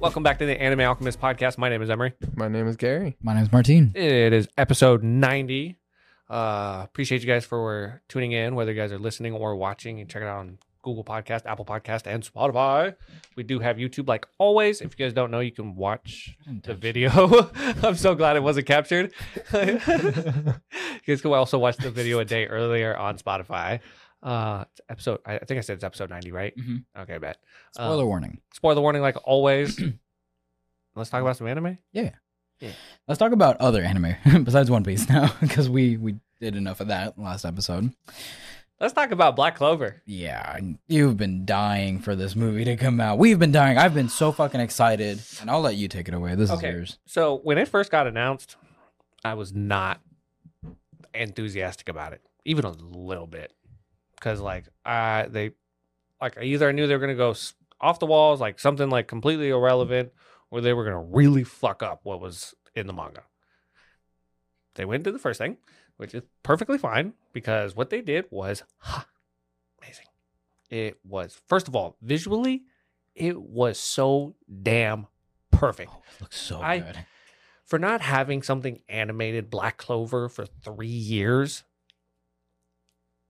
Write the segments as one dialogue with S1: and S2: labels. S1: Welcome back to the Anime Alchemist podcast. My name is Emery.
S2: My name is Gary.
S3: My name's Martine.
S1: It is episode 90. Uh, appreciate you guys for tuning in, whether you guys are listening or watching. You can check it out on Google Podcast, Apple Podcast, and Spotify. We do have YouTube, like always. If you guys don't know, you can watch the video. I'm so glad it wasn't captured. you guys can also watch the video a day earlier on Spotify. Uh, it's episode, I I think I said it's episode 90, right?
S3: Mhm.
S1: Okay, bet. Uh,
S3: Spoiler warning.
S1: spoiler warning, like always. Let's talk about some anime.
S3: Let's talk about other anime besides One Piece now, because we we did enough of that last episode.
S1: Let's talk about Black Clover.
S3: Yeah, you've been dying for this movie to come out. We've been dying. I've been so fucking excited, and I'll let you take it away. This
S1: Okay.
S3: is yours.
S1: So when it first got announced, I was not enthusiastic about it, even a little bit, because like I they like either I knew they were gonna go s- off the walls, like something like completely irrelevant, or they were gonna really fuck up what was in the manga. They went to the first thing, which is perfectly fine because what they did was ha, amazing. It was first of all visually, it was so damn perfect
S3: Oh, it looks so
S1: I-
S3: good.
S1: for not having something animated Black Clover for three years,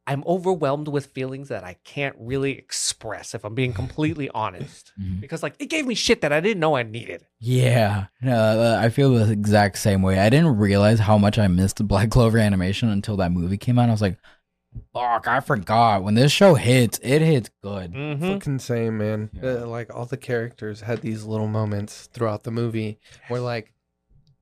S1: I'm overwhelmed with feelings that I can't really express if I'm being completely honest.
S3: Mhm.
S1: Because, like, it gave me shit that I didn't know I needed.
S3: Yeah, no, uh, I feel the exact same way. I didn't realize how much I missed the Black Clover animation until that movie came out. I was like, fuck, I forgot. When this show hits, it hits good.
S1: Mm-hmm.
S2: Fucking same, man.
S3: Yeah.
S2: Uh, Hmm? like all the characters had these little moments throughout the movie where like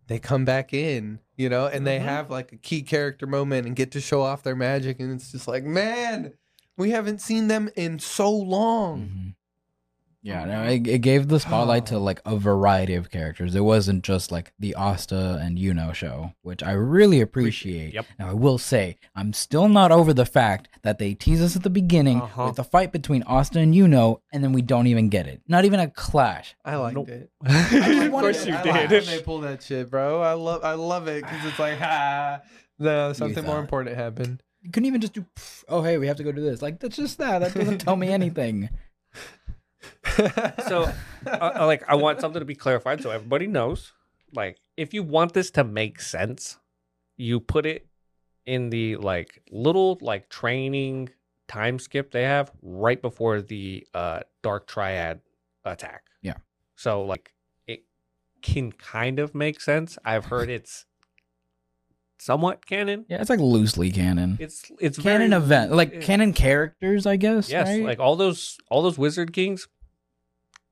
S2: they come back in, you know, and they
S1: Mhm.
S2: have like a key character moment and get to show off their magic, and it's just like, man, we haven't seen them in so
S1: Mm-hmm.
S2: long.
S3: Mhm. Yeah,
S1: Um,
S3: no, it, it gave the spotlight to like a variety of characters. It wasn't just like the Asta and Yuno show, which I really appreciate.
S1: Yep.
S3: Now I will say I'm still not over the fact that they tease us at the beginning
S1: Uh-huh.
S3: with the fight between Asta and Yuno, and then we don't even get it. Not even a clash.
S2: I liked
S1: Nope.
S2: it.
S3: just
S1: of
S3: wanted
S1: course
S3: to
S1: you
S2: I like when they
S1: did.
S2: pull that shit, bro. I love, I love it because it's like, ha, no, something more
S3: thought.
S2: important happened.
S3: You couldn't even just do. "Pff, Oh hey, we have to go do this. Like that's just that. That doesn't tell me anything.
S1: So, uh, I- I like, I want something to be clarified so everybody knows. Like, if you want this to make sense, you put it in the like little like training time skip they have right before the uh dark triad attack.
S3: Yeah.
S1: So like it can kind of make sense. I've heard it's somewhat canon.
S3: Yeah, it's like loosely canon.
S1: It's it's
S3: canon
S1: very-
S3: event, like
S1: it-
S3: canon characters, I guess.
S1: Yes,
S3: right?
S1: like all those all those wizard kings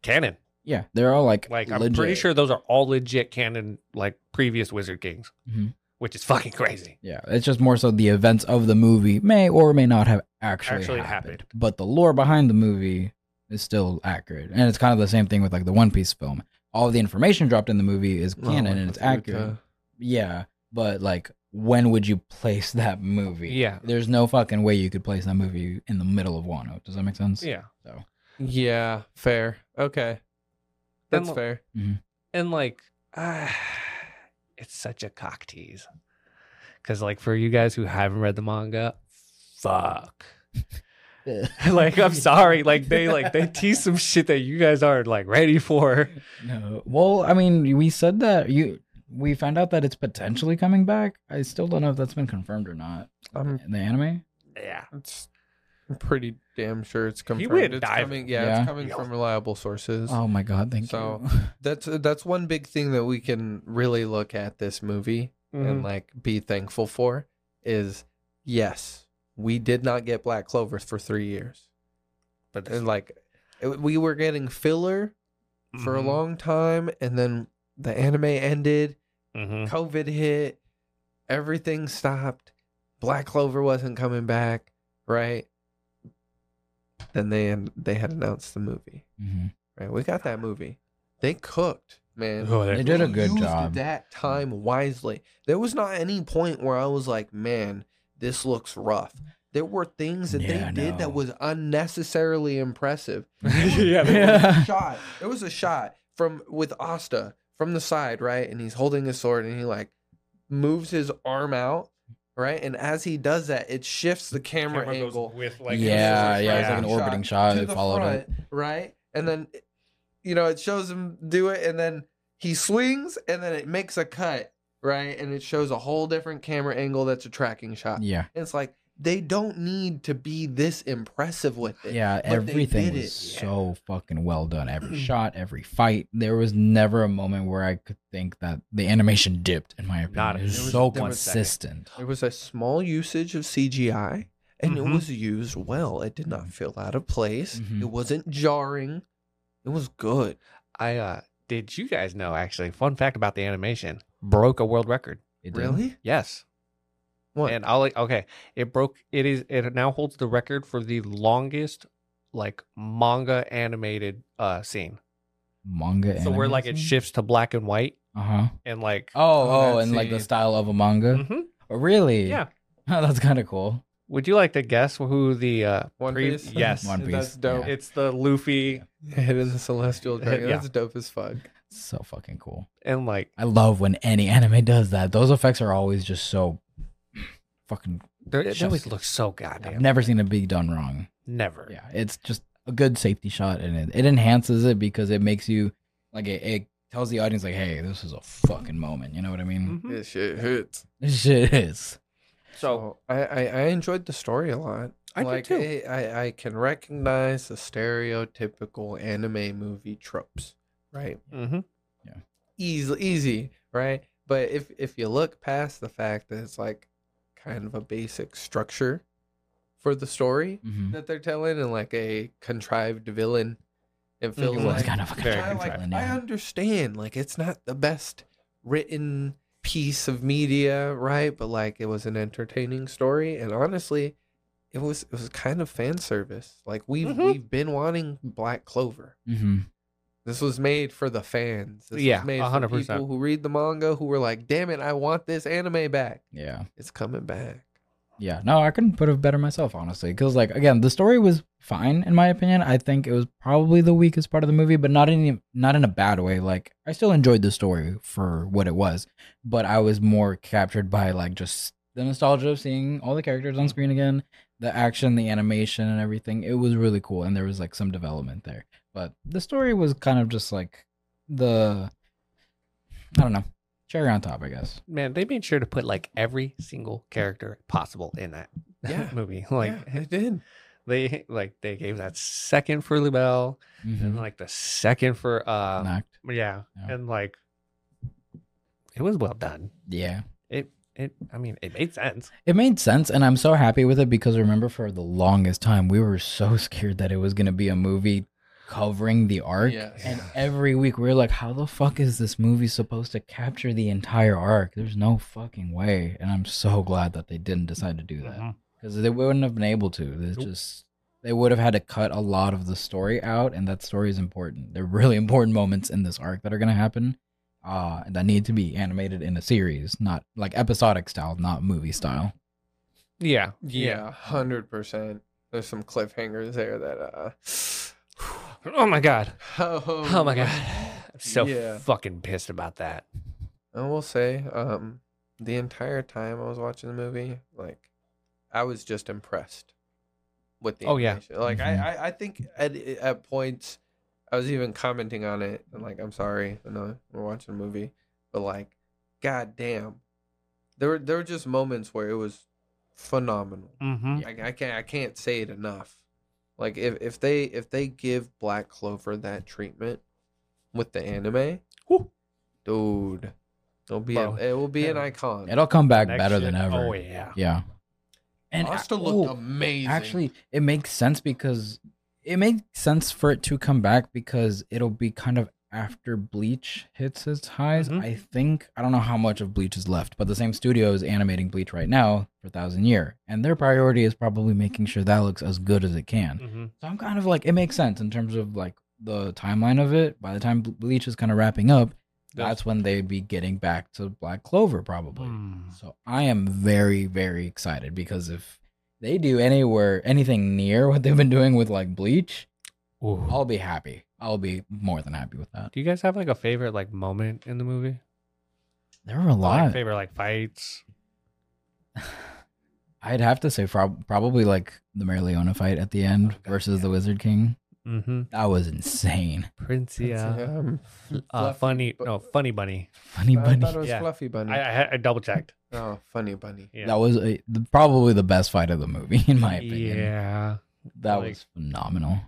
S1: canon.
S3: yeah, they're all like
S1: Like I'm pretty
S3: legit.
S1: sure those are all legit canon like previous wizard kings,
S2: Mm-hmm.
S3: Mhm.
S1: which is fucking crazy.
S3: Yeah, it's just more so the events of the movie may or may not have actually,
S1: Actually
S3: happened,
S1: happened.
S3: but the lore behind the movie is still accurate. And it's kind of the same thing with like the One Piece film. All the information dropped in the movie is
S2: Oh,
S3: canon and
S2: like
S3: it's
S2: the food,
S3: accurate.
S2: uh,
S3: Yeah, but like when would you place that movie?
S1: Yeah.
S3: There's no fucking way you could place that movie in the middle of Wano. Does that make sense?
S1: Yeah.
S2: Yeah, fair. Okay.
S1: Then
S2: That's
S1: l-
S2: fair.
S1: and like ah, it's such a cock tease because like for you guys who haven't read the manga fuck like i'm sorry like they like they tease some shit that you guys aren't like ready for
S3: No. Well, I mean, we said that you we found out that it's potentially coming back. I still don't know if that's been confirmed or not.
S2: I'm
S3: In the anime?
S1: yeah
S2: It's I'm pretty damn sure it's confirmed.
S1: went
S2: it's
S1: diving.
S2: coming, yeah,
S3: Yeah.
S2: it's coming from reliable sources.
S3: Oh my god, thank
S2: So-
S3: you.
S2: That's that's one big thing that we can really look at this movie and like be thankful for is yes, we did not get Black Clover for three years,
S1: but this-
S2: and like it- we were getting filler for a
S1: Mhm.
S2: long time, and then the anime ended,
S1: Mhm.
S2: COVID hit, everything stopped, Black Clover wasn't coming back, right? Then they they had announced the movie,
S3: Mhm.
S2: right? We got that movie. They cooked, man.
S1: Oh, they-
S3: They did a good
S2: used
S3: job.
S2: That time wisely. There was not any point where I was like, man, this looks rough. There were things that
S3: Yeah,
S2: they
S3: I
S2: did
S3: know.
S2: that was unnecessarily impressive.
S1: yeah, they-
S2: There was
S3: Mm-hmm. Yeah.
S2: a shot. There was a shot from with Asta from the side, right? And he's holding his sword and he like moves his arm out, right? And as he does that, it shifts the camera,
S1: Camera goes
S2: angle
S1: with like
S3: yeah,
S2: it's just
S3: yeah,
S2: like
S3: it's like an
S2: shot
S3: orbiting shot.
S2: to
S3: It
S2: the
S3: followed
S2: front,
S3: it.
S2: right? And then you know, it shows him do it, and then he swings, and then it makes a cut, right? And it shows a whole different camera angle that's a tracking shot.
S3: Yeah.
S2: And it's like they don't need to be this impressive with it.
S3: Yeah,
S2: they
S3: everything
S2: did
S3: was
S2: it, yeah.
S3: so fucking well done. Every shot, every fight. There was never a moment where I could think that the animation dipped, in my opinion.
S1: Not a-
S3: it was,
S2: there was-
S3: so
S2: there was a second.
S3: consistent.
S2: There was a small usage of CGI, and
S1: Mhm.
S2: it was used well. It did not feel out of place.
S1: Mm-hmm.
S3: Mhm.
S2: It wasn't jarring. It was good.
S1: I uh did you guys know actually, fun fact about the animation, broke a world record.
S3: It did.
S2: Really?
S1: Yes.
S2: What?
S1: And I'll okay. It broke it is it now holds the record for the longest like manga animated uh scene.
S3: Manga.
S1: So where like it shifts to black and white
S3: Uh huh.
S1: and like
S3: Oh, oh,
S2: I've
S3: and like the
S2: seen-
S3: style of a manga.
S1: Mhm.
S3: Oh, really?
S1: yeah.
S3: That's kind of cool.
S1: Would you like to guess who the uh
S2: One
S1: pre-
S2: Piece?
S1: yes.
S3: One Piece.
S2: That's dope.
S3: Yeah.
S1: It's the Luffy
S2: It is a celestial dragon.
S1: Yeah. Mm-hmm.
S2: That's dope as fuck.
S3: So fucking cool.
S1: and like
S3: I love when any anime does that. Those effects are always just so fucking.
S1: they're- it
S3: Just-
S1: always looks so
S3: I've
S1: goddamn
S3: never seen it be done wrong.
S1: never.
S3: Yeah, it's just a good safety shot, and it, it enhances it because it makes you like it, it tells the audience like, "Hey, this is a fucking moment." You know what I mean?
S1: Mhm.
S2: shit hits. Oh,
S3: This shit is.
S1: So
S2: I, I, I enjoyed the story a lot.
S1: Oh. I did
S2: like,
S1: too.
S2: I, I, I can recognize the stereotypical anime movie tropes, right?
S1: mhm.
S2: Easy, easy, right? But if if you look past the fact that it's like kind of a basic structure for the story
S3: Mm-hmm.
S2: that they're telling, and like a contrived villain, it feels
S1: Mhm.
S3: Mm-hmm. Well, it's
S2: like
S3: kind of a
S1: very
S2: I,
S3: contrived
S2: like,
S3: villain,
S2: I
S3: yeah.
S2: understand. Like, it's not the best written piece of media, right? But like, it was an entertaining story, and honestly, it was it was kind of fan service. Like we've
S3: Mm-hmm.
S1: Mhm.
S2: we've been wanting Black Clover.
S3: Mhm.
S2: This was made for the fans. This
S1: Yeah,
S2: was made for
S1: 100%.
S2: people who read the manga who were like, "Damn it, I want this anime back.
S3: Yeah.
S2: It's coming back."
S3: Yeah, no, I couldn't put it better myself, honestly. Because, like, again, the story was fine in my opinion. I think it was probably the weakest part of the movie, but not in not in a bad way. Like, I still enjoyed the story for what it was, but I was more captured by like just the nostalgia of seeing all the characters on screen again, the action, the animation, and everything. It was really cool, and there was like some development there. But the story was kind of just like the I don't know cherry on top, I guess.
S1: man, they made sure to put like every single character possible in that
S2: Yeah.
S1: movie. Like
S2: yeah, it did.
S1: they like they gave that second for Lebel and
S3: Mhm.
S1: like the second for uh
S3: Knocked.
S1: yeah,
S3: Yeah.
S1: and like it was well done.
S3: Yeah.
S1: It it I mean it made sense.
S3: It made sense, and I'm so happy with it because remember, for the longest time, we were so scared that it was going to be a movie covering the arc.
S2: Yes.
S3: And every week, we were like, how the fuck is this movie supposed to capture the entire arc? There's no fucking way. And I'm so glad that they didn't decide to do that because they wouldn't have been able to. It's
S1: Mm-hmm. Nope.
S3: just. They would have had to cut a lot of the story out, and that story is important. There are really important moments in this arc that are going to happen uh, that need to be animated in a series, not like episodic style, not movie style.
S1: Yeah.
S2: Yeah, hundred percent. There's some cliffhangers there that uh.
S1: Oh my god.
S2: Oh,
S1: Oh my god. I'm so
S2: Yeah.
S1: fucking pissed about that.
S2: I will say, um, the entire time I was watching the movie, like, I was just impressed with the.
S1: Oh, yeah.
S2: animation. Like
S3: Mhm.
S2: I, I, I think at at points, I was even commenting on it, and like, I'm sorry, I know we're watching a movie, but like, god damn, there were there were just moments where it was phenomenal.
S1: Mm-hmm.
S2: I, I can't I can't say it enough. Like if, if they if they give Black Clover that treatment with the anime,
S1: Whew.
S2: dude, it'll be
S1: Bro,
S2: an- it will be an
S1: yeah. uh,
S2: icon.
S3: It'll come back better than ever.
S1: Oh yeah.
S3: Yeah. And
S2: Asta
S3: I-
S2: looked
S3: oh,
S2: amazing.
S3: actually, it makes sense because it makes sense for it to come back because it'll be kind of after Bleach hits its highs.
S1: Mhm.
S3: I think I don't know how much of Bleach is left, but the same studio is animating Bleach right now for Thousand Year, and their priority is probably making sure that looks as good as it can.
S1: Mm-hmm.
S3: So I'm kind of like it makes sense in terms of like the timeline of it. By the time Bleach is kind of wrapping up, that's when they'd be getting back to Black Clover probably.
S1: Mm.
S3: So I am very, very excited because if they do anywhere anything near what they've been doing with like Bleach, I'll be happy. I'll be more than happy with that.
S1: Do you guys have like a favorite like moment in the movie?
S3: There were a
S1: Or, Like
S3: lot.
S1: favorite like fights.
S3: I'd have to say prob- probably like the Mary Leona fight at the end
S1: Oh, God,
S3: versus
S1: yeah.
S3: the Wizard King.
S1: Mm-hmm.
S3: That was insane.
S1: Princia.
S2: Um,
S1: Uh,
S2: Fluffy
S1: funny.
S2: bu-
S1: no, funny bunny.
S3: Funny
S2: I
S3: bunny.
S2: thought it was
S1: Yeah.
S2: Fluffy Bunny.
S1: I, I, had- I double checked.
S2: oh, Funny Bunny.
S1: Yeah.
S3: That was a, the, probably the best fight of the movie, in my opinion.
S1: Yeah.
S3: that
S1: like-
S3: was phenomenal.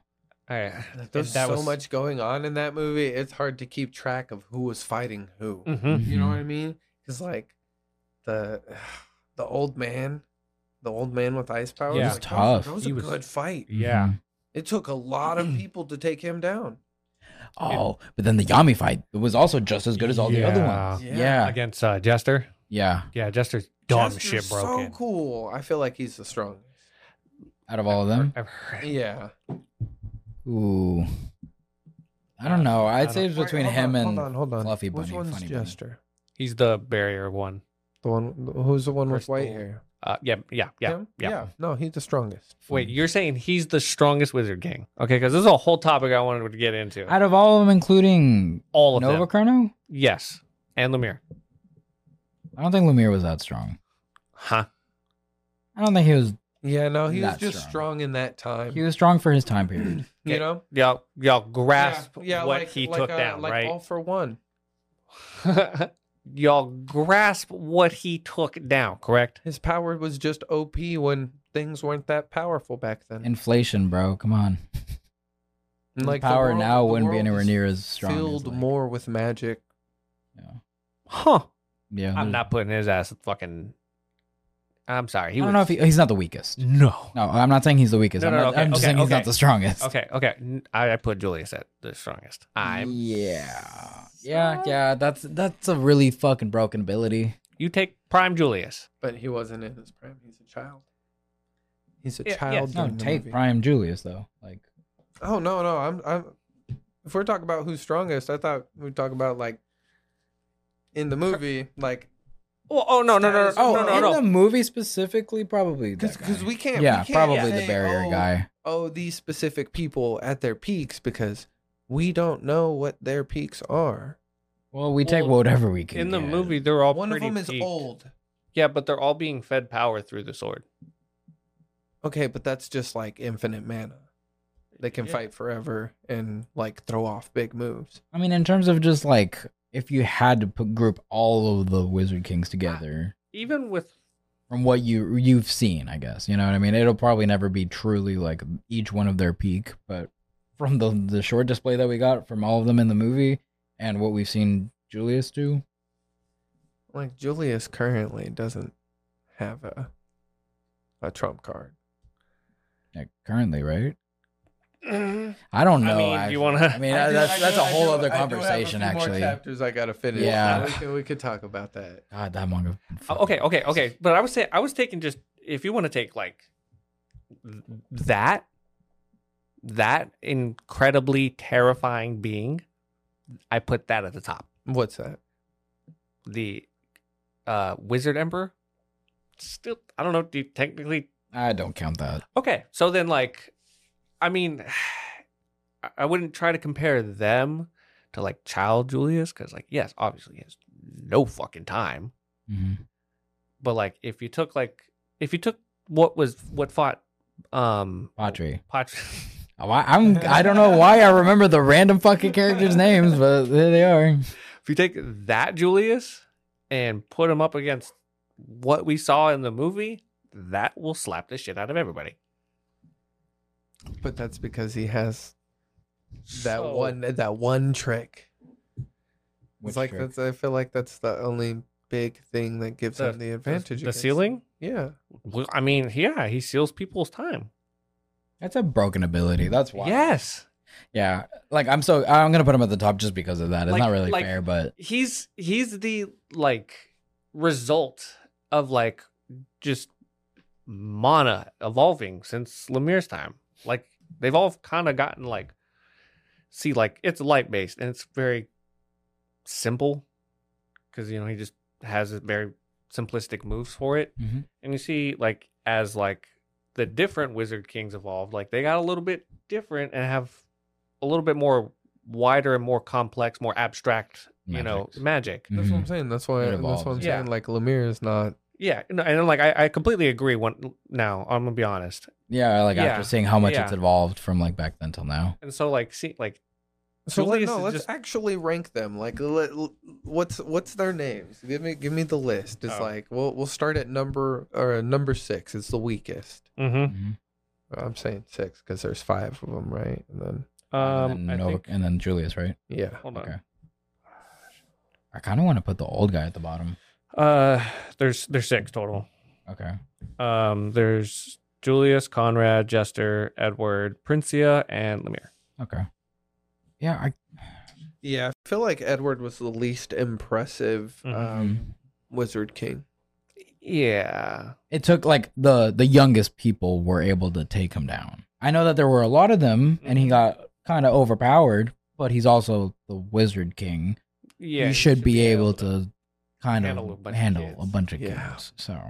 S1: I,
S2: There's
S1: that
S2: so
S1: was-
S2: much going on in that movie. It's hard to keep track of who was fighting who.
S1: mhm.
S2: You know
S3: Mm-hmm.
S2: what I mean? Because like the the old man, the old man with ice powers.
S1: Yeah. He was
S2: like, that was-
S3: tough.
S2: That was
S1: He
S2: a
S1: was-
S2: good fight.
S1: Yeah.
S3: Mhm.
S2: It took a lot of
S3: Mm.
S2: people to take him down.
S3: Oh, but then the Yami fight was also just as good as all the other ones.
S2: Yeah.
S3: Yeah.
S1: Against uh, Jester.
S3: Yeah.
S1: Yeah, Jester's dumb
S2: Jester's
S1: shit broken.
S2: So cool. I feel like he's the strongest.
S3: Out of all of them.
S1: I've heard.
S2: Yeah.
S3: Oow. I don't know. I'd
S1: I
S3: say
S1: don't-
S3: it's between
S2: Wait, hold
S3: him
S2: on,
S3: and
S2: hold on, hold on.
S3: Fluffy
S2: Which
S3: Bunny,
S2: one's
S3: Funny Bunny.
S2: Jester?
S1: He's the barrier one.
S2: The one who's the one
S1: First
S2: with white
S1: old-
S2: hair?
S1: Uh, yeah, yeah, yeah,
S2: Him?
S1: yeah.
S2: No, he's the strongest.
S1: Wait, you're saying he's the strongest Wizard King? Okay, because this is a whole topic I wanted to get into.
S3: out of all of them, including
S1: All of
S3: Nova
S1: them.
S3: Chrono,
S1: Yes, and Lemire.
S3: I don't think Lumiere was that strong.
S1: Huh?
S3: I don't think he was.
S2: Yeah, no, he was
S3: Not
S2: just
S3: strong.
S2: strong. in that time.
S3: He was strong for his time period.
S2: you know?
S1: Y'all, y'all grasp what he took
S2: uh,
S1: down,
S2: like All for one.
S1: right? y'all grasp what he took down, correct?
S2: His power was just OP when things weren't that powerful back then.
S3: Inflation, bro. Come on.
S2: And,
S3: His
S2: like, the
S3: power
S2: world-
S3: now
S2: the
S3: wouldn't be
S2: world
S3: anywhere
S2: is
S3: near as strong. as,
S2: Filled
S3: like-
S2: more with magic.
S3: Yeah.
S1: Huh?
S3: yeah
S1: I'm
S3: there's-
S1: not putting his ass at fucking. I'm sorry. He
S3: I don't
S1: was...
S3: know if he, he's not the weakest.
S1: No.
S3: No, I'm not saying he's the weakest.
S1: No,
S3: I'm,
S1: no,
S3: not,
S1: no, okay,
S3: I'm just
S1: okay,
S3: saying he's
S1: okay.
S3: not the strongest.
S1: Okay, okay. N- I, I put Julius at the strongest. I'm.
S3: Yeah. Yeah, yeah. That's that's a really fucking broken ability.
S1: You take Prime Julius.
S2: But he wasn't in his prime. He's a child. He's a
S1: Yeah, yeah.
S2: child.
S3: No,
S2: during the
S3: take
S2: movie.
S3: Prime Julius though. Like
S2: Oh no, no. I'm I'm if we're talking about who's strongest, I thought we'd talk about like in the movie, like
S1: Well, oh no, no, no, no,
S2: Oh,
S1: no, no,
S3: in
S1: no.
S3: the movie specifically, probably that
S2: because
S3: guy.
S2: we can't. we
S3: yeah,
S2: can't
S3: probably
S2: say,
S3: the barrier
S2: "Oh,
S3: guy.
S2: oh, these specific people at their peaks because we don't know what their peaks are.
S3: Well, we take
S1: Well,
S3: whatever we can.
S1: In the
S3: get.
S1: movie, they're all
S2: One of
S1: pretty
S2: them is
S1: peaked.
S2: old.
S1: Yeah, but they're all being fed power through the sword.
S2: Okay, but that's just like infinite mana. They can
S1: Yeah.
S2: fight forever and like throw off big moves.
S3: I mean, in terms of just like if you had to put group all of the Wizard Kings together,
S1: Even with
S3: from what you you've seen, I guess you know what I mean. It'll probably never be truly like each one of their peak, but from the the short display that we got from all of them in the movie and what we've seen Julius do,
S2: Like Julius currently doesn't have a a trump card.
S3: like, currently, right?
S1: I
S3: I don't know.
S1: mean,
S3: actually.
S1: you want to?
S3: I mean,
S2: I
S3: that-
S2: do-
S3: that's
S2: I
S3: that's
S2: do-
S3: a
S2: I
S3: whole
S2: do-
S3: other
S2: I do have a
S3: conversation,
S2: few more
S3: actually.
S2: chapters I gotta finish.
S3: Yeah.
S2: we could, we could talk about Ah, that.
S3: God, that manga.
S1: Oh, Uh, Okay, okay, okay. But I was saying, I was taking just if you want to take like th- that, that incredibly terrifying being, I put that at the top.
S2: What's that?
S1: The uh, Wizard Emperor. Still, I don't know. Do you technically
S3: I don't count that.
S1: Okay. So then, like, I mean, I- I wouldn't try to compare them to like Child Julius because, like, yes, obviously he has no fucking time.
S2: Mm-hmm.
S3: Mhm.
S1: But like, if you took like, if you took what was what fought, um,
S3: Patri.
S1: Patri-
S3: Oh, I, I'm. I don't know why I remember the random fucking characters' names, but there they are.
S1: if you take that Julius and put him up against what we saw in the movie, that will slap the shit out of everybody.
S2: But that's because he has that
S1: So-
S2: one that one trick. it's like
S3: Which-
S2: that's I feel like that's the only big thing that gives
S1: The-
S2: him the advantage.
S1: the
S2: against-
S1: ceiling.
S2: Yeah.
S1: Well, I mean, yeah, he seals people's time.
S3: that's a broken ability. That's why.
S1: Yes.
S3: Yeah. Like I'm so. I'm gonna put him at the top just because of that. It's
S1: Like-
S3: not really
S1: like-
S3: fair, but
S1: he's he's the like result of like just mana evolving since Lemire's time. Like they've all kind of gotten like see like it's light based and it's very simple because you know he just has a very simplistic moves for it
S2: Mm-hmm.
S3: Mhm.
S1: and you see like as like the different wizard kings evolved like they got a little bit different and have a little bit more wider and more complex more abstract you know
S3: Magics.
S1: magic
S2: That's what
S3: Mhm.
S2: I'm saying. That's why
S3: It
S2: that's what I'm
S3: evolves.
S1: Yeah.
S2: saying. Like Lemire is not
S1: Yeah, no, and I'm like I, I completely agree. One now, I'm gonna be honest.
S3: Yeah, like
S1: Yeah.
S3: after seeing how much
S1: Yeah.
S3: it's evolved from like back then till now.
S1: And so like see like
S2: So let,
S1: Julius
S2: no,
S1: is
S2: let's
S1: just-
S2: actually rank them. Like, let, l- what's what's their names? Give me give me the list. It's
S1: Oh.
S2: like we'll we'll start at number or number six. It's the weakest.
S1: mm-hmm.
S3: Mhm.
S2: I'm saying six because there's five of them, right? And then
S1: um
S3: Uh, and,
S1: I
S3: then Nova-
S1: think,
S3: and then Julius, right?
S2: yeah,
S1: hold on.
S3: Okay. I kind of want to put the old guy at the bottom.
S1: Uh there's there's six total.
S3: Okay.
S1: Um there's Julius, Conrad, Jester, Edward, Princia, and Lemire.
S3: Okay. Yeah, I
S2: yeah. I feel like Edward was the least impressive
S1: Mhm.
S2: um,
S3: hmm.
S2: wizard king.
S1: Yeah.
S3: it took like the the youngest people were able to take him down. I know that there were a lot of them, and
S1: Mm-hmm.
S3: he got kind of overpowered. But he's also the Wizard King.
S1: Yeah.
S3: you
S1: he
S3: should be able
S1: to-
S3: to kind of
S1: handle
S3: handle
S1: a
S3: a
S1: bunch
S3: bunch
S1: of
S3: of,
S1: kids.
S2: Yeah.
S3: kids. So,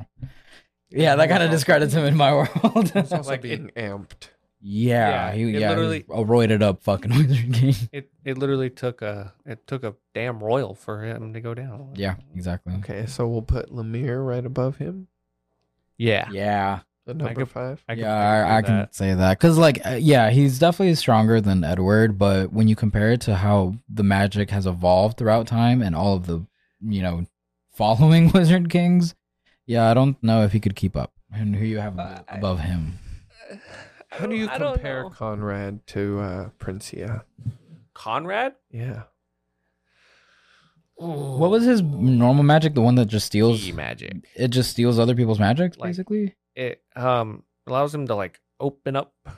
S3: yeah, that kind of discredits him in my world.
S2: He's also
S1: Like,
S2: being
S1: it-
S2: amped.
S1: Yeah,
S3: yeah,
S1: it
S3: he, yeah,
S1: literally-
S3: literally a roided up fucking Wizard King.
S1: It it literally took a it took a damn royal for him to go down.
S3: Yeah, exactly.
S2: Okay, so we'll put Lemire right above him,
S1: Yeah.
S3: Yeah,
S2: the number
S1: could-
S2: five.
S1: I
S3: yeah, I, I
S1: do
S3: can
S1: that.
S3: say that because, like, uh, yeah, he's definitely stronger than Edward, but when you compare it to how the magic has evolved throughout time and all of the, you know, following Wizard Kings, yeah, I don't know if he could keep up. And who you have
S1: Uh, I-
S3: above him?
S2: How do you
S1: I don't
S2: compare
S1: know.
S2: Conrad to uh, Princia?
S1: Conrad?
S2: Yeah,
S3: What was his normal magic? The one that just steals
S1: magic?
S3: it just steals other people's magic,
S1: Like-
S3: basically.
S1: It um allows him to like open up.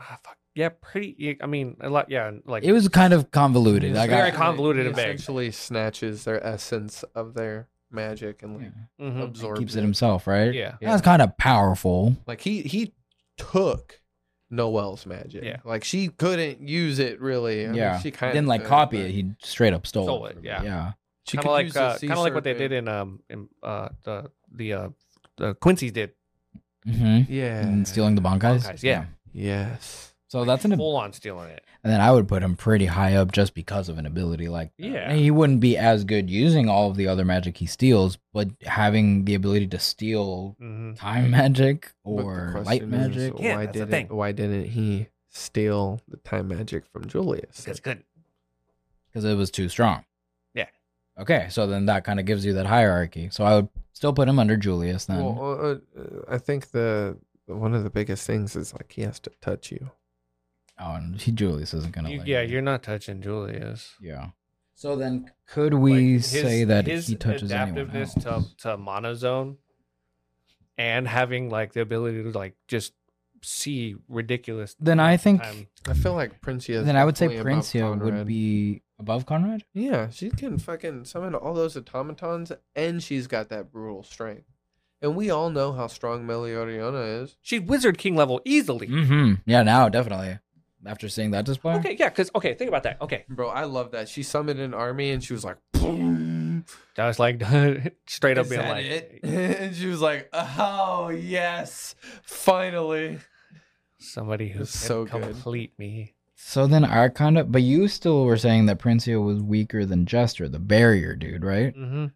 S1: Ah, fuck. Yeah, pretty. yeah, I mean, a lot. Yeah, and, like
S3: It was kind of convoluted.
S1: It's
S3: I
S1: very
S3: got,
S1: convoluted
S2: He
S1: and vague.
S2: Essentially, snatches their essence of their magic and like
S1: mhm.
S2: absorbs
S3: keeps Mm-hmm. it himself, right?
S1: Yeah.
S3: that's kind of powerful.
S2: Like he he took Noel's magic.
S1: Yeah.
S2: Like she couldn't use it really. I mean,
S3: Yeah.
S2: she kind
S3: Didn't like copy it. He straight up stole,
S1: Uh, Stole
S3: it.
S1: it,
S3: from-
S1: yeah.
S3: yeah.
S2: She
S1: kind
S2: could
S1: of like
S2: use the
S1: uh,
S2: sea
S1: kind of like what they
S2: serpent.
S1: did in um in uh the the uh the Quincy's did.
S3: hmm
S2: yeah
S3: And stealing the bankais.
S1: Bankais, yeah.
S2: Yes.
S3: So Oh, that's an.
S1: full on stealing it.
S3: And then I would put him pretty high up just because of an ability like. that.
S1: Yeah.
S3: And he wouldn't be as good using all of the other magic he steals, but having the ability to steal
S1: hmm
S3: time magic
S2: But the
S3: or light
S2: question is,
S3: magic.
S1: Yeah,
S2: why
S1: that's the
S2: didn't
S1: thing.
S2: why didn't he steal the time magic from Julius?
S1: That's good.
S3: because it was too strong.
S1: Yeah.
S3: Okay, so then that kind of gives you that hierarchy. So I would still put him under Julius then.
S2: Well, uh, uh, I think the one of the biggest things is like he has to touch you.
S3: oh, and he, Julius isn't gonna.
S1: You-
S3: like
S1: yeah,
S3: it.
S1: you're not touching Julius.
S3: Yeah. So then, could we
S1: Like, his-
S3: say that
S1: his
S3: he touches anyone
S1: adaptiveness
S3: else?
S1: to to monozone and having like the ability to like just see ridiculous.
S3: Then I think-
S2: I feel like Princia. is
S3: then I would say
S2: definitely above
S3: Princia would
S2: Conrad.
S3: be above Conrad.
S2: Yeah, she can fucking summon all those automatons, and she's got that brutal strength. And we all know how strong Melioriana is.
S1: she's Wizard King level easily.
S3: Mm-hmm. Yeah. Now, definitely. After seeing that display.
S1: Okay, yeah, because okay, think about that. Okay,
S2: Bro, I love that. She summoned an army, and she was like, boom.
S1: that was like straight up
S2: Is
S1: being
S2: that
S1: like,
S2: it? and she was like, oh, yes, finally.
S1: somebody who can
S2: It's so good.
S1: complete me.
S3: So then I kind of, but you still were saying that Princia was weaker than Jester, the barrier dude, right?
S1: Mm-hmm.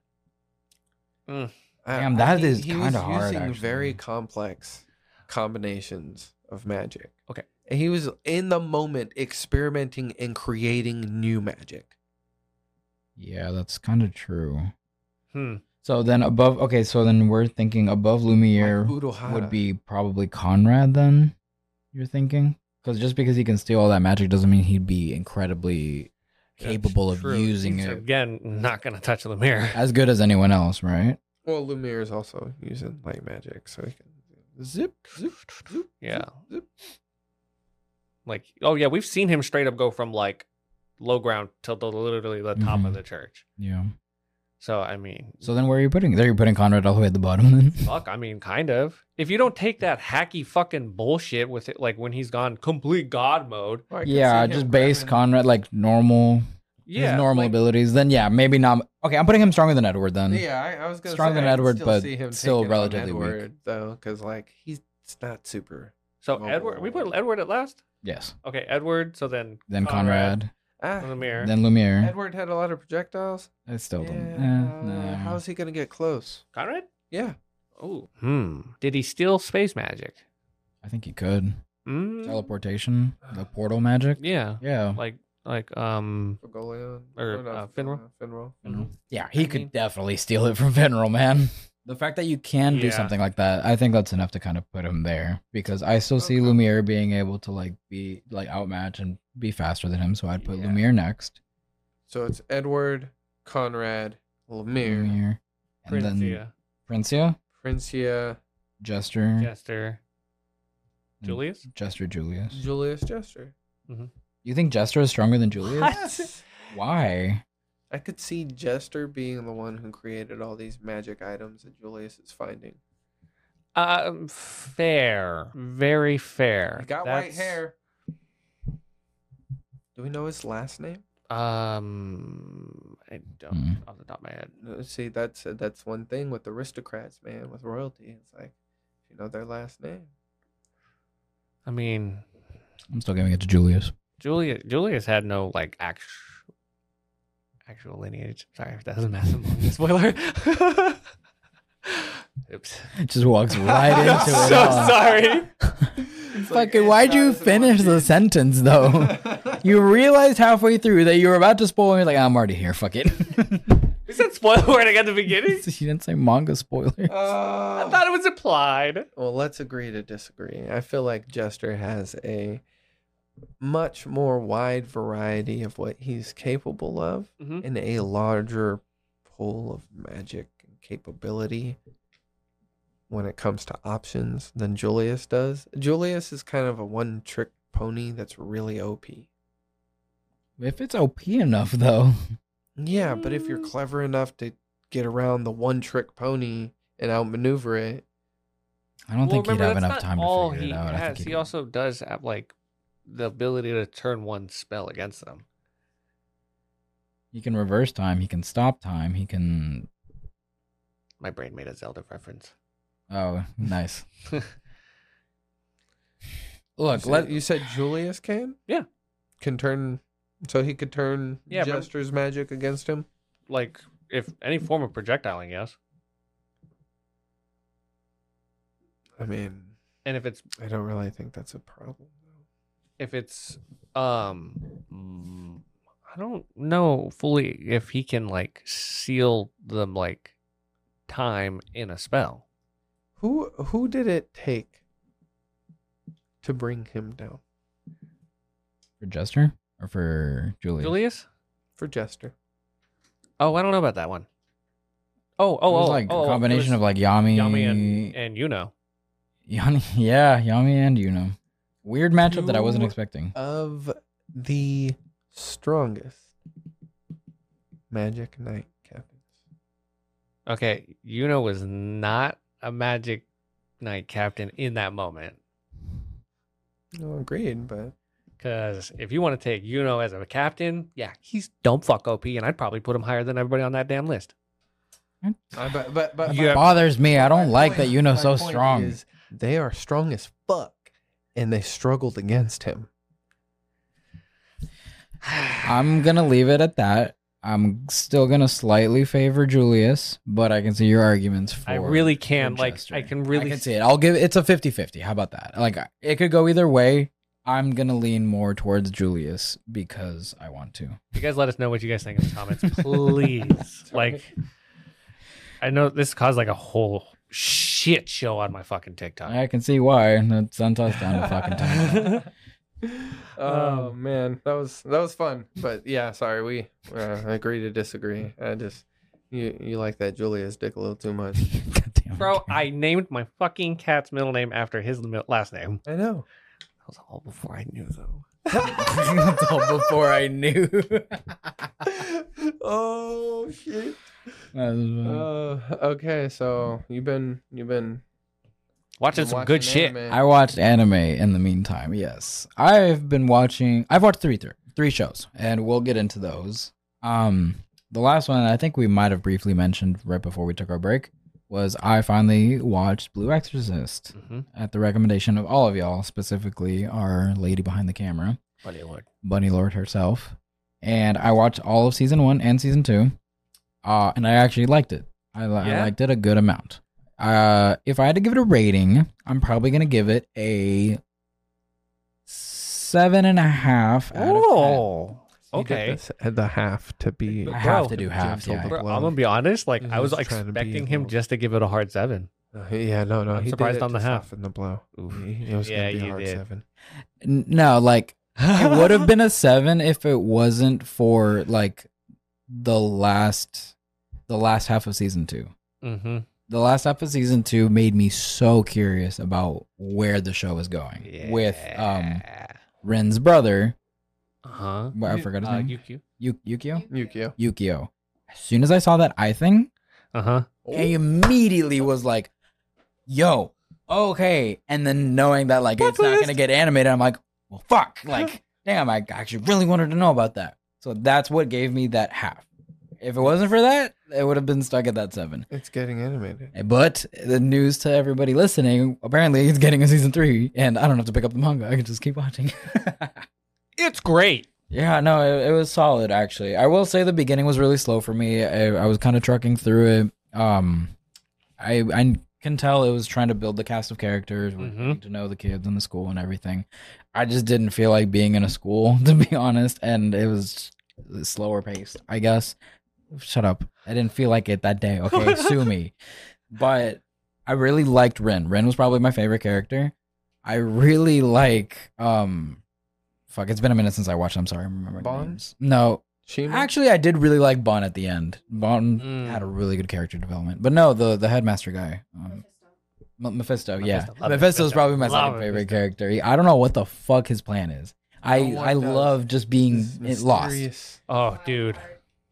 S2: I-
S3: Damn,
S2: I-
S3: that
S2: he-
S3: is
S2: he
S3: kinda
S2: was
S3: hard,
S2: Using very
S3: actually.
S2: complex combinations of magic.
S1: Okay.
S2: and he was in the moment experimenting and creating new magic.
S3: Yeah, that's kind of true.
S1: Hmm.
S3: So then above, okay, so then we're thinking above Lumiere
S2: Like Udohara.
S3: would be probably Conrad then, you're thinking? Because just because he can steal all that magic doesn't mean he'd be incredibly
S1: That's
S3: capable of
S1: true.
S3: using
S1: So
S3: it
S1: again. Not gonna touch the mirror.
S3: as good as anyone else, right?
S2: Well, Lumiere is also using light magic, so he can zip, zip, zip.
S1: Yeah.
S2: Zip,
S1: Like, oh yeah, we've seen him straight up go from like low ground till the, literally the top of
S3: Mhm.
S1: the church.
S3: Yeah.
S1: So I mean,
S3: So then where are you putting? There you're putting Conrad all the way at the bottom then.
S1: fuck. I mean, kind of. If you don't take that hacky fucking bullshit with it, like when he's gone complete god mode,
S2: zip.
S3: yeah, just base Conrad like normal,
S1: yeah,
S3: his normal
S1: like,
S3: abilities. Then yeah, maybe not. Okay, I'm putting him stronger than Edward then.
S2: Yeah, I, I was gonna
S3: Stronger
S2: say,
S3: than
S2: I can
S3: Edward,
S2: still
S3: but
S2: see him
S3: still
S2: taking on
S3: relatively weak.
S2: Edward, though, because like he's not super.
S1: So
S2: Mobile.
S1: Edward, we put Edward at last.
S3: Yes.
S1: Okay, Edward. So then
S3: Then Conrad,
S2: Ah,
S1: Lemire.
S3: then Lumiere.
S2: Edward had a lot of projectiles.
S3: I still don't.
S1: uh,
S2: Yeah,
S3: eh, no.
S2: How's he gonna get close?
S1: Conrad.
S2: Yeah.
S1: Oh. Hmm. Did he steal space magic?
S3: I think he could.
S1: Mm.
S3: Teleportation, the portal magic.
S1: Yeah.
S3: Yeah.
S1: Like like um
S2: Fregolion.
S1: Or,
S2: no, not
S1: uh, Finral?
S2: Fregolion, Finral.
S3: Yeah, he
S1: I
S3: could
S1: mean-
S3: definitely steal it from Fenril, man. The fact that you can do
S1: Yeah.
S3: something like that, I think that's enough to kind of put him there because I still see
S2: Okay.
S3: Lumiere being able to like be like outmatch and be faster than him. So I'd put
S1: Yeah.
S3: Lumiere next.
S2: So it's Edward, Conrad, Lemire,
S3: Lumiere. And then
S1: Princia,
S3: Princia,
S2: Princia,
S3: Jester,
S1: Jester,
S3: and
S1: Julius.
S3: Jester Julius.
S2: Julius Jester.
S3: You think Jester is stronger than Julius?
S1: What?
S3: Why?
S2: I could see Jester being the one who created all these magic items that Julius is finding.
S1: Um, fair, very fair.
S2: He got white
S1: That's-
S2: hair. Do we know his last name?
S1: Um, I don't
S3: Mm.
S1: off the top of my head.
S2: No, see, that's that's one thing with aristocrats, man, with royalty. It's like if you know their last name.
S1: I mean,
S3: I'm still giving it to Julius.
S1: Julius Julius had no like act- actual lineage. Sorry if that doesn't matter. Spoiler. Oops.
S3: Just walks right into it.
S1: I'm so
S3: huh?
S1: sorry.
S2: It's like,
S3: Fucking,
S2: it's
S3: why'd
S2: not
S3: you
S2: as much
S3: finish the
S2: as-
S3: sentence though? You realized halfway through that you were about to spoil, and you're like, I'm already here, fuck it.
S1: We said spoiler warning at the beginning.
S3: she didn't say manga spoiler.
S1: I
S2: Oh.
S1: thought it was implied.
S2: Well, let's agree to disagree. I feel like Jester has a much more wide variety of what he's capable of
S1: Mhm.
S2: and a larger pool of magic and capability when it comes to options than Julius does. Julius is kind of a one trick pony that's really OP.
S3: If it's OP enough, though,
S2: Yeah, but if you're
S1: Mm.
S2: clever enough to get around the one trick pony and outmaneuver it,
S3: I don't think he'd
S1: remember,
S3: have
S1: that's
S3: enough
S1: not
S3: time
S1: all
S3: to figure
S1: he
S3: it out. I
S1: Has.
S3: think
S1: He
S3: he'd-
S1: also does have like the ability to turn one spell against them.
S3: he can reverse time. He can stop time. He can.
S1: My brain made a Zelda reference.
S3: Oh, nice. Look,
S2: you said,
S3: let
S2: you said Julius can.
S1: Yeah.
S2: can turn, so he could turn
S1: Yeah, but-
S2: Jester's magic against him.
S1: like if any form of projectiling, yes.
S2: I mean,
S1: And if it's
S2: I don't really think that's a problem.
S1: if it's um mm, I don't know fully if he can like seal them like time in a spell.
S2: Who who did it take to bring him down
S3: for Jester or for Julius.
S1: Julius?
S2: for Jester?
S1: Oh, I don't know about that one. Oh, oh,
S3: it was
S1: oh,
S3: like
S1: oh,
S3: a
S1: it
S3: combination
S1: was
S3: of like Yami,
S1: Yami and and you know.
S3: Yami, yeah, Yami and Yuna. Weird matchup that I wasn't
S2: You-
S3: expecting.
S2: Of the strongest magic knight captains.
S1: Okay, Yuno was not a magic knight captain in that moment.
S2: No, agreed, but
S1: Because if you want to take Yuno as a captain, yeah, he's don't fuck OP, and I'd probably put him higher than everybody on that damn list.
S2: I, but but but
S1: Yeah.
S3: Bothers me. I don't
S2: my
S3: like that
S2: point-
S3: Yuno's
S2: my
S3: so
S2: point
S3: strong.
S2: is they are strong as fuck, and they struggled against him.
S3: I'm gonna leave it at that. I'm still gonna slightly favor Julius, but I can see your arguments for.
S1: I really
S3: for
S1: can, like,
S3: Jester.
S1: I can really
S3: I can see it. I'll give it's a 50-50. How about that? Like it could go either way. I'm gonna lean more towards Julius because I want to.
S1: You guys let us know what you guys think in the comments, please. like, I know this caused like a whole shit show on my fucking TikTok.
S3: I can see why. That sent us down a fucking time.
S2: oh
S1: Um,
S2: man, that was that was fun. But yeah, sorry, we uh, agree to disagree. I just you you like that Julia's dick a little too much.
S3: God damn it.
S1: Bro, I named my fucking cat's middle name after his mi- last name.
S2: I know.
S1: That was all before I knew, though.
S3: That's all before I knew.
S2: oh shit.
S3: I
S2: Uh, okay, so you've been you've been
S1: Watching
S2: been
S1: some
S2: watching
S1: good shit.
S2: anime.
S3: watched anime in the meantime. Yes, I've been watching. I've watched three three three shows, and we'll get into those. Um, the last one I think we might have briefly mentioned right before we took our break was I finally watched Blue Exorcist
S1: Mm-hmm.
S3: at the recommendation of all of y'all, specifically our lady behind the camera.
S1: Buddy Lord.
S3: Bunny Lord herself. And I watched all of season one and season two. Uh, and I actually liked it. I, li- I
S1: Yeah?
S3: liked it a good amount. Uh, if I had to give it a rating, I'm probably gonna give it a seven and a half out of ten.
S1: Oh,
S2: You did
S1: okay.
S2: this at the half to be.
S1: I
S2: Bro,
S3: have to do halves,
S2: gentle
S3: yeah.
S1: Bro,
S2: but
S1: I'm
S2: low.
S1: gonna be honest. Like
S3: Mm-hmm.
S2: He's
S1: I was
S2: just trying to be
S1: expecting
S2: a
S1: him
S2: little-
S1: just to give it a hard seven.
S2: Uh, Yeah, no, no.
S1: I'm
S2: he
S1: surprised
S2: did it
S1: on the
S2: to
S1: half.
S2: soften the blow.
S1: Oof.
S2: He- It was
S1: Yeah,
S2: gonna be
S1: you
S2: a hard
S1: did.
S2: seven.
S3: N- No, like it would have been a seven if it wasn't for like the last the last half of season two.
S1: Mm-hmm.
S3: The last half of season two made me so curious about where the show was going
S1: Mm-hmm.
S3: with um Ren's brother.
S1: huh.
S3: Well, I forgot his
S1: uh,
S3: name.
S1: UQ.
S3: Yu- Yukio?
S2: Yukio.
S3: Yukio. As soon as I saw that eye thing,
S1: Uh huh.
S3: I immediately was like, yo, okay. And then knowing that like
S1: Plot
S3: it's not
S1: twist.
S3: gonna get animated, I'm like, well fuck. Like, damn, I actually really wanted to know about that. So that's what gave me that half. If it wasn't for that, it would have been stuck at that seven.
S2: It's getting animated.
S3: But the news to everybody listening, apparently it's getting a season three, and I don't have to pick up the manga. I can just keep watching.
S1: It's great.
S3: Yeah, no, it, it was solid actually. I will say the beginning was really slow for me. I, I was kind of trucking through it. Um, I I can tell it was trying to build the cast of characters, we're
S1: Mhm.
S3: getting to know the kids and the school and everything. I just didn't feel like being in a school to be honest, and it was slower paced, I guess. Shut up! I didn't feel like it that day. Okay, sue me. But I really liked Ren. Ren was probably my favorite character. I really like um fuck, it's been a minute since I watched, I'm sorry, I'm remembering.
S2: Bon?
S3: names. No.
S2: Shima?
S3: Actually I did really like Bon at the end. Bon
S1: Mm.
S3: had a really good character development. But no, the the headmaster guy. Um, M- Mephisto, yeah.
S1: Mephisto. Love
S3: Mephisto is
S1: Mephisto.
S3: probably my
S1: Love
S3: second favorite
S1: Mephisto.
S3: character. He- I don't know what the fuck his plan is. I
S2: No one
S3: I
S2: does.
S3: love just being
S2: This
S3: it lost.
S2: mysterious-
S1: Oh, dude.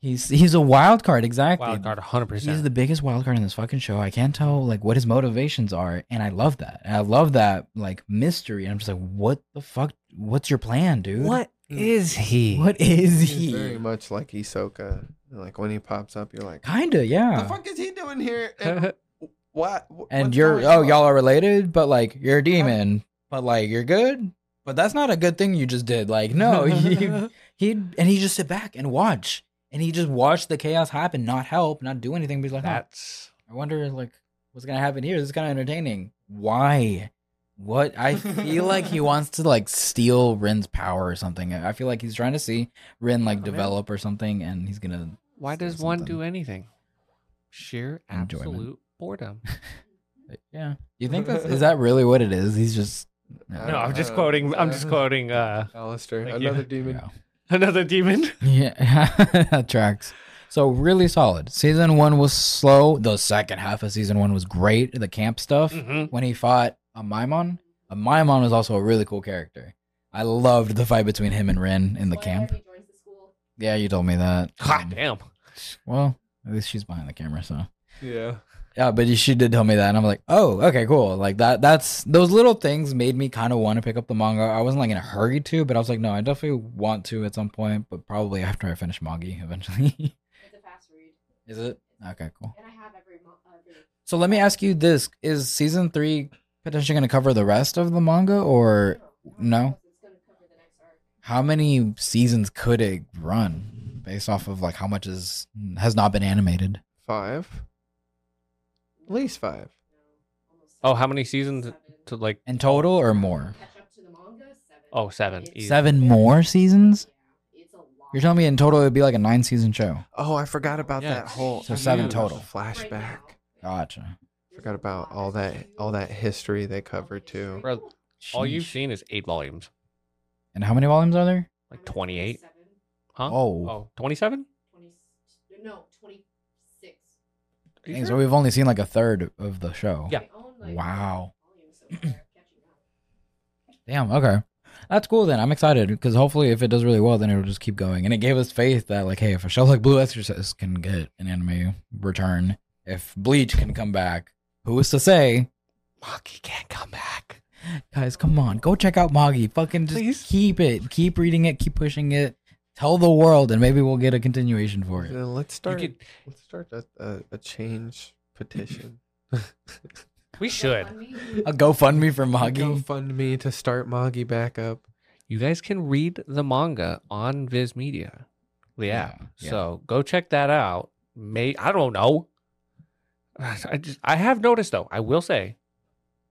S3: He's he's a wild card, exactly.
S1: Wild card, 100.
S3: He's
S1: percent
S3: the biggest wild card in this fucking show. I can't tell like what his motivations are, and I love that. And I love that like mystery. And I'm just like, what the fuck? What's your plan, dude?
S1: is Mm. he?
S3: What is
S2: He's
S3: he?
S2: very much like Isoka. Like when he pops up, you're like,
S3: Kinda, yeah.
S2: the fuck is he doing here? And what?
S3: and you're oh y'all are related, but like you're a demon, but like you're good. But that's not a good thing you just did. Like no, he he and he just sit back and watch, and he just watched the chaos happen, not help, not do anything. But he's like, "Oh, "Huh,
S1: That's
S3: I wonder like what's gonna happen here. This is kind of entertaining. Why? What? I feel like he wants to like steal Ren's power or something. I feel like he's trying to see Ren like
S2: Oh, man.
S3: develop or something, and he's gonna.
S1: why
S3: Still
S1: does one
S3: something.
S1: do anything? Sheer absolute
S3: Enjoyment.
S1: boredom.
S3: Yeah, you think that's is that really what it is? He's just
S1: No, I'm just
S2: Uh,
S1: quoting. I'm just
S2: uh,
S1: quoting uh,
S2: Alistair,
S1: Thank you.
S2: another demon.
S3: Yeah.
S1: another demon.
S3: Yeah, that tracks. So really solid. Season one was slow. The second half of season one was great. The camp stuff
S2: Mm-hmm.
S1: Mhm.
S3: when he fought a Maimon. A Maimon was also a really cool character. I loved the fight between him and Ren in the camp.
S4: He joins the school.
S3: Yeah, you told me that.
S1: God
S3: Um,
S1: damn.
S3: well, at least she's behind the camera, so
S2: Yeah.
S3: yeah. But she did tell me that, and I'm like, oh, okay, cool. Like that. That's those little things made me kind of want to pick up the manga. I wasn't like in a hurry to, but I was like, no, I definitely want to at some point, but probably after I finish Magi eventually.
S4: It's a fast read.
S3: Is it? Okay, cool.
S4: And I have every month. Uh, every-
S3: So let me ask you this: Is season three potentially going to cover the rest of the manga, or no?
S4: It's going to cover the next arc.
S3: How many seasons could it run, based off of like how much is has not been animated?
S2: Five. At least five.
S1: Oh, how many seasons to like?
S3: In total, or more?
S4: Catch up to the manga. Seven.
S1: Oh, seven.
S4: It's-
S1: easy.
S3: Seven more seasons?
S4: Yeah, it's a lot.
S3: You're telling me in total it would be like a nine season show?
S2: Oh, I forgot about
S1: Yeah.
S2: that whole.
S3: So
S2: I
S3: seven
S2: forgot about
S3: total.
S2: the Flashback.
S3: Gotcha.
S2: Forgot about all that all that history they covered too.
S1: Bro, all you've
S3: Sheesh.
S1: seen is eight volumes.
S3: And how many volumes are there?
S1: Like 28. Huh?
S3: Oh.
S1: Oh, 27?
S4: No, 26.
S1: Are you
S3: Dang,
S1: sure?
S3: so we've only seen like a third of the show.
S1: Yeah.
S4: They own, like,
S3: Wow.
S4: volumes, so they're catching up.
S3: Damn. Okay. That's cool then. I'm excited because hopefully, if it does really well, then it'll just keep going. And it gave us faith that, like, hey, if a show like Blue Exorcist can get an anime return, if Bleach can come back, who is to say?
S1: Monkey can't come back.
S3: Guys, come on, go check out Magi. Fucking just
S1: Please.
S3: keep it, keep reading it, keep pushing it. Tell the world, and maybe we'll get a continuation for it.
S2: Yeah, let's
S1: You
S2: start.
S1: could,
S2: Let's start a, a, a change petition.
S1: we should.
S4: GoFundMe.
S3: A GoFundMe for Magi.
S2: GoFundMe to start Moggy back up.
S1: You guys can read the manga on Viz Media, the app.
S3: Yeah, yeah.
S1: So go check that out. May I don't know. I just I have noticed though. I will say,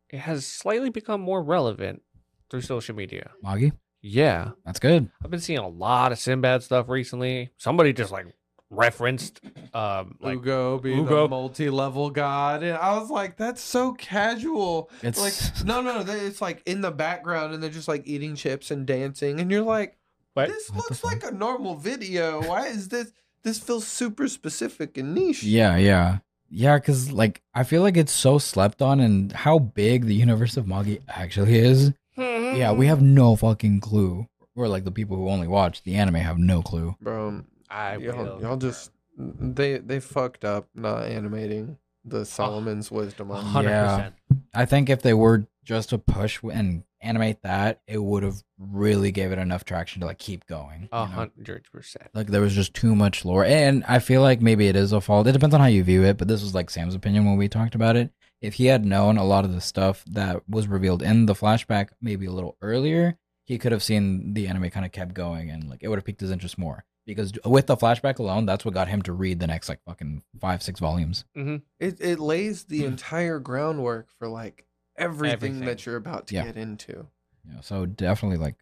S1: it has slightly become more relevant through social media.
S3: Moggy,
S1: Yeah,
S3: that's good.
S1: I've been seeing a lot of Sinbad stuff recently. Somebody just like referenced, um, like
S2: Ugo being
S1: Ugo.
S2: the multi-level god, and I was like, "That's so casual."
S3: It's
S2: Like, no, no, they- it's like in the background, and they're just like eating chips and dancing, and you're like,
S1: but
S2: "This
S3: What the
S2: looks
S3: fuck?
S2: like a normal video. Why is this? This feels super specific and niche."
S3: yeah, yeah, yeah. Because like I feel like it's so slept on, and how big the universe of Moggy actually is. Yeah, we have no fucking clue. Or like the people who only watch the anime have no clue.
S2: bro.
S1: I
S2: y'all,
S1: will.
S2: y'all just they they fucked up not animating the Solomon's wisdom.
S1: A
S2: on
S1: hundred
S3: Yeah.
S1: percent.
S3: I think if they were just to push and animate that, it would have really gave it enough traction to like keep going.
S1: A
S3: you know?
S1: hundred percent.
S3: Like there was just too much lore, and I feel like maybe it is a fault. It depends on how you view it, but this was like Sam's opinion when we talked about it. If he had known a lot of the stuff that was revealed in the flashback maybe a little earlier, he could have seen the anime kind of kept going, and like it would have piqued his interest more. Because with the flashback alone, that's what got him to read the next like fucking five six volumes.
S2: It it lays the entire groundwork for like everything,
S1: Everything.
S2: that you're about to
S3: Yeah.
S2: get into.
S3: You know, so definitely like,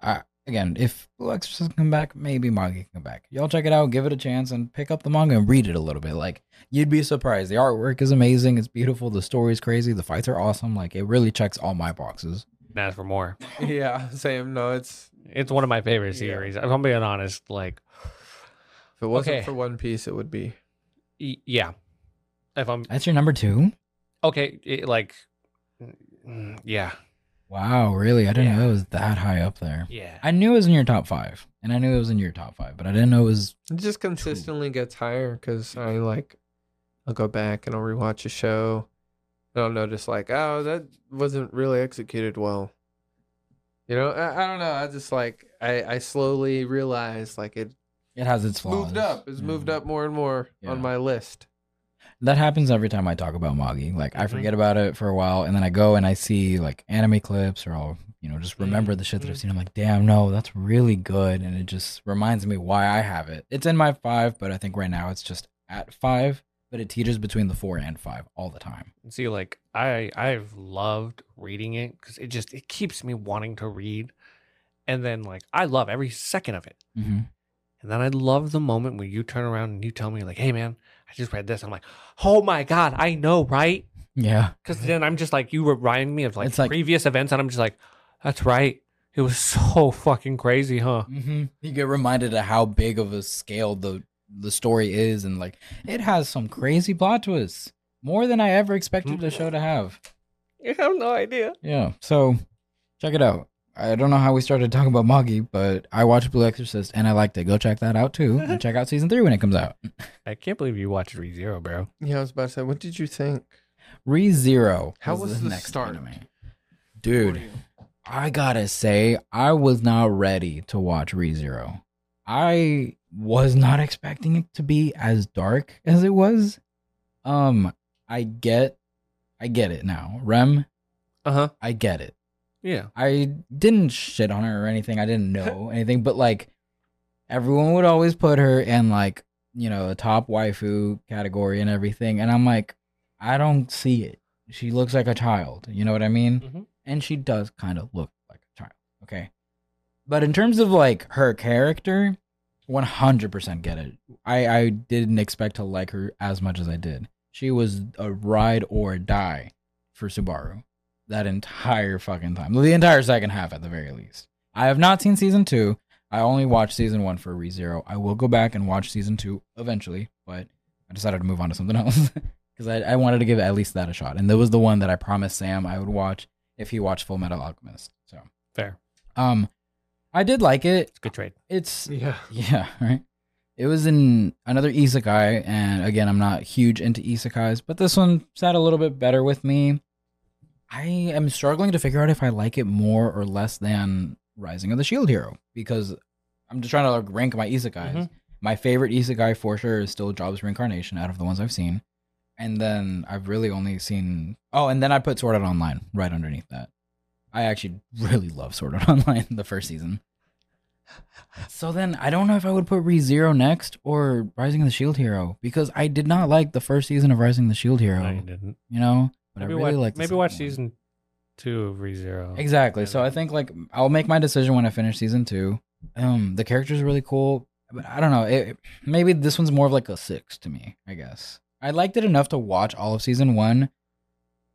S3: I again, if Blue Exorcist can come back, maybe manga can come back. Y'all check it out, give it a chance, and pick up the manga and read it a little bit. Like you'd be surprised. The artwork is amazing. It's beautiful. The story is crazy. The fights are awesome. Like it really checks all my boxes.
S1: As for more,
S2: yeah, Sam. No, it's
S1: it's one of my favorite
S2: Yeah.
S1: series. If I'm being honest, like,
S2: if it wasn't
S1: Okay.
S2: for One Piece, it would be.
S1: y- yeah. If I'm
S3: That's your number two.
S1: okay, it, like, mm, yeah,
S3: Wow, really? I didn't
S1: Yeah.
S3: know it was that high up there.
S1: yeah.
S3: I knew it was in your top five, and I knew it was in your top five, but I didn't know it was.
S2: It just consistently gets higher because I like, I'll go back and I'll rewatch a show, and I'll notice like, oh, that wasn't really executed well. You know, I, I don't know. I just like I I slowly realized like it
S3: It has its flaws.
S2: moved up. It's moved
S3: Yeah.
S2: up more and more
S3: Yeah.
S2: on my list.
S3: That happens every time I talk about Moggy. Like I
S1: Mhm.
S3: forget about it for a while, and then I go and I see like anime clips, or I'll you know just remember the shit that I've seen. I'm like, damn, no, that's really good, and it just reminds me why I have it. It's in my five, but I think right now it's just at five, but it teeters between the four and five all the time.
S1: See, like, I I've loved reading it because it just it keeps me wanting to read, and then like I love every second of it.
S3: Mm-hmm.
S1: And then I love the moment when you turn around and you tell me like, "Hey, man, I just read this." I'm like, "Oh my god, I know, right?"
S3: Yeah,
S1: Because then I'm just like, you remind me of like,
S3: It's like-
S1: previous events, and I'm just like, "That's right. It was so fucking crazy, huh?"
S3: mm-hmm. you get reminded of how big of a scale the the story is, and like it has some crazy plot twists, more than I ever expected the show to have.
S1: You have no idea.
S3: Yeah. So check it out. I don't know how we started talking about Moggy, but I watched Blue Exorcist and I liked it. Go check that out too. and check out season three when it comes out.
S1: I can't believe you watched Re Zero, bro.
S2: Yeah, I was about to say, what did you think?
S3: Re Zero.
S2: How was the start?
S3: Dude, I gotta say, I was not ready to watch Re Zero. I was not expecting it to be as dark as it was. Um, I get I get it now. Rem,
S1: Uh
S2: Uh-huh.
S1: huh.
S3: I get it.
S1: Yeah.
S3: I didn't shit on her or anything. I didn't know anything, but like everyone would always put her in like, you know, the top waifu category and everything. And I'm like, I don't see it. She looks like a child. You know what I mean?
S1: Mhm.
S3: And she does kind of look like a child. Okay. But in terms of like her character, 100% get it. I, I didn't expect to like her as much as I did. She was a ride or die for Subaru that entire fucking time. The entire second half at the very least. I have not seen season two. I only watched season one for ReZero. I will go back and watch season two eventually, but I decided to move on to something else because I, I wanted to give at least that a shot. And that was the one that I promised Sam I would watch if he watched Full Metal Alchemist. So,
S1: Fair.
S3: um, I did like it.
S1: It's a good trade.
S3: It's
S2: Yeah.
S3: yeah, right. It was in another isekai, and again, I'm not huge into isekais, but this one sat a little bit better with me. I am struggling to figure out if I like it more or less than Rising of the Shield Hero because I'm just trying to like rank my isekais.
S1: Mhm.
S3: My favorite isekai for sure is still Jobs Reincarnation out of the ones I've seen. And then I've really only seen oh, and then I put Sword Art Online right underneath that. I actually really love Sword Art Online the first season. So then I don't know if I would put ReZero next or Rising of the Shield Hero because I did not like the first season of Rising of the Shield Hero.
S1: No, you didn't.
S3: You know, but
S1: Maybe
S3: I really
S1: watch,
S3: like
S1: maybe watch season two of
S2: Oh,
S1: ReZero.
S3: Exactly.
S1: Yeah.
S3: So I think like I'll make my decision when I finish season two. Um, the characters are really cool, but I don't know. It, maybe this one's more of like a six to me. I guess I liked it enough to watch all of season one,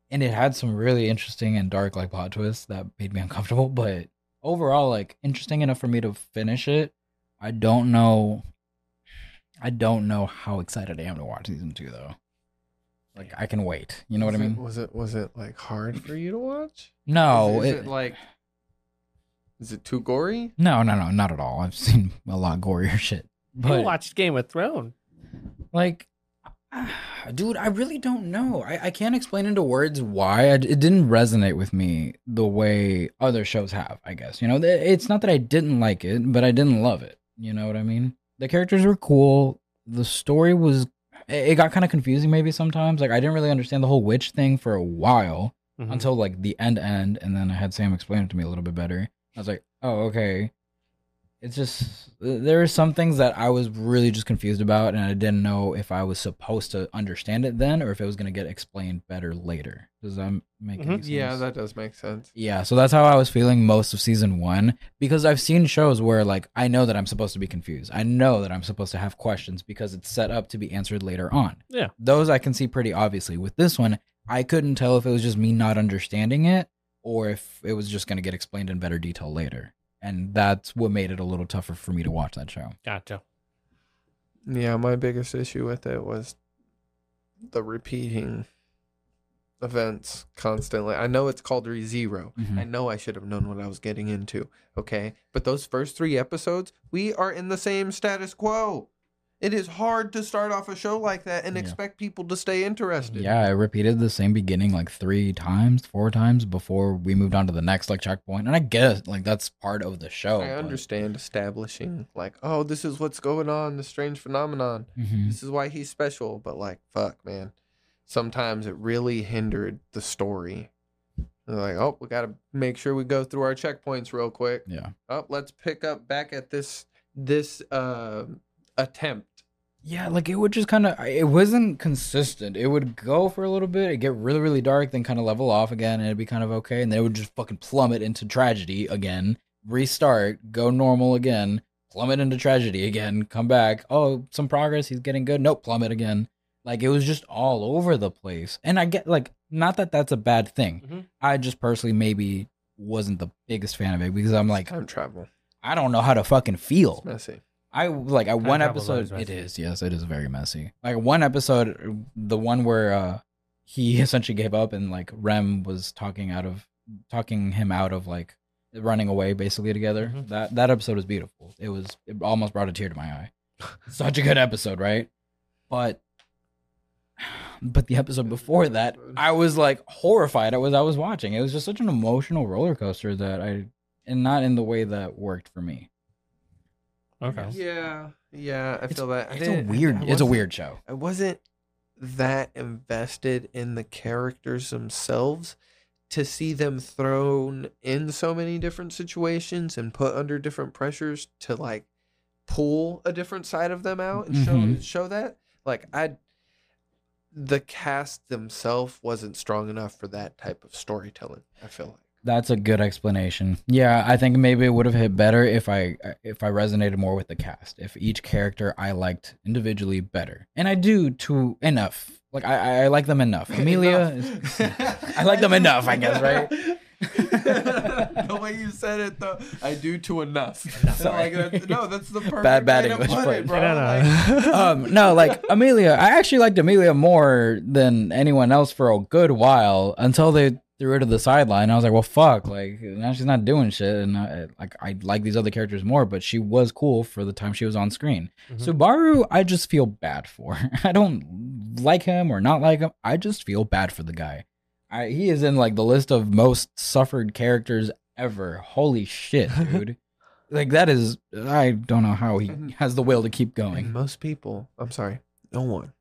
S3: and it had some really interesting and dark like plot twists that made me uncomfortable. But overall, like interesting enough for me to finish it. I don't know. I don't know how excited I am to watch season two though. Like I can wait. You know what I
S2: Was it-
S3: mean?
S2: was it was it like hard for you to watch?
S3: No,
S2: is,
S3: it-
S2: is it like is it too gory?
S3: No, no, no, not at all. I've seen a lot gorier shit.
S1: you
S3: But
S1: watched Game of Thrones.
S3: like, dude, I really don't know. I, I can't explain into words why I d it didn't resonate with me the way other shows have. I guess you know, th- it's not that I didn't like it, but I didn't love it. You know what I mean? The characters were cool. The story was. It it got kind of confusing, maybe sometimes. Like I didn't really understand the whole witch thing for a while
S1: Mhm.
S3: until like the end end and then i had sam explain it to me a little bit better i was like oh okay it's just there are some things that i was really just confused about and i didn't know if i was supposed to understand it then or if it was going to get explained better later does that make any
S1: Mhm.
S3: sense
S2: Yeah, that does make sense.
S3: yeah, so that's how I was feeling most of season one because I've seen shows where, like, I know that I'm supposed to be confused. I know that I'm supposed to have questions because it's set up to be answered later on.
S1: Yeah.
S3: Those I can see pretty obviously. With this one, I couldn't tell if it was just me not understanding it or if it was just going to get explained in better detail later. And that's what made it a little tougher for me to watch that show.
S1: Gotcha.
S2: Yeah, my biggest issue with it was the repeating events constantly. I know it's called Re 0
S3: Mm-hmm.
S2: I know I should have known what I was getting into. Okay. But those first three episodes, we are in the same status quo. It is hard to start off a show like that and
S3: Yeah.
S2: expect people to stay interested.
S3: Yeah, I repeated the same beginning like three times, four times before we moved on to the next like checkpoint. And I guess like that's part of the show.
S2: I
S3: but-
S2: understand establishing, like, oh, this is what's going on, this strange phenomenon.
S3: Mhm.
S2: This is why he's special. But, like, fuck, man. Sometimes it really hindered the story. They're like, oh, we got to make sure we go through our checkpoints real quick.
S3: Yeah.
S2: Oh, let's pick up back at this this uh, attempt
S3: Yeah, like it would just kind of it wasn't consistent. It would go for a little bit, it'd get really really dark, then kind of level off again, and it'd be kind of okay, and then it would just fucking plummet into tragedy again, restart, go normal again, plummet into tragedy again, come back. Oh, some progress, he's getting good. Nope, plummet again. Like it was just all over the place. And I get like not that that's a bad thing.
S1: Mhm.
S3: I just personally maybe wasn't the biggest fan of it because I'm like
S2: time travel.
S3: I don't know how to fucking feel.
S2: It's messy.
S3: I like at one
S1: travel's always
S3: episode. It
S1: messy.
S3: is yes, it is very messy. Like one episode, the one where uh he essentially gave up and like Rem was talking out of talking him out of like running away basically together.
S2: Mm-hmm.
S1: Mhm.
S3: That that episode was beautiful. It was it almost brought a tear to my eye. Such a good episode, right? But but the episode before that, I was like horrified. I was I was watching. It was just such an emotional roller coaster that I and not in the way that worked for me.
S1: Okay.
S2: Yeah, yeah, I
S3: It's-
S2: feel that. I
S3: It's a
S2: didn't- I- I
S3: weird. It's a
S2: wasn't-
S3: weird show.
S2: I wasn't that invested in the characters themselves to see them thrown in so many different situations and put under different pressures to like pull a different side of them out and show
S3: Mhm.
S2: show that. Like I the cast themselves wasn't strong enough for that type of storytelling, I feel like.
S3: That's a good explanation. Yeah, I think maybe it would have hit better if I if I resonated more with the cast. If each character I liked individually better, and I do to enough. Like I, I- I like them enough. Amelia,
S2: Enough.
S3: is- I like them enough. I guess right.
S2: the way you said it, though, I do to enough.
S3: Sorry.
S2: Like, that's- no, that's the perfect
S3: Bad- bad
S2: way to
S3: English,
S2: put it,
S3: but-
S2: bro.
S1: No, no,
S2: Like,
S1: no.
S3: Um, no, like Amelia, I actually liked Amelia more than anyone else for a good while until they threw her to the sideline. I was like, well, fuck, like now she's not doing shit, and I, like I like these other characters more, but she was cool for the time she was on screen.
S1: Mhm.
S3: Subaru, I just feel bad for. I don't like him or not like him. I just feel bad for the guy. I, he is in like the list of most suffered characters ever. Holy shit, dude. like that is I don't know how he has the will to keep going.
S2: And most people, I'm sorry, no one,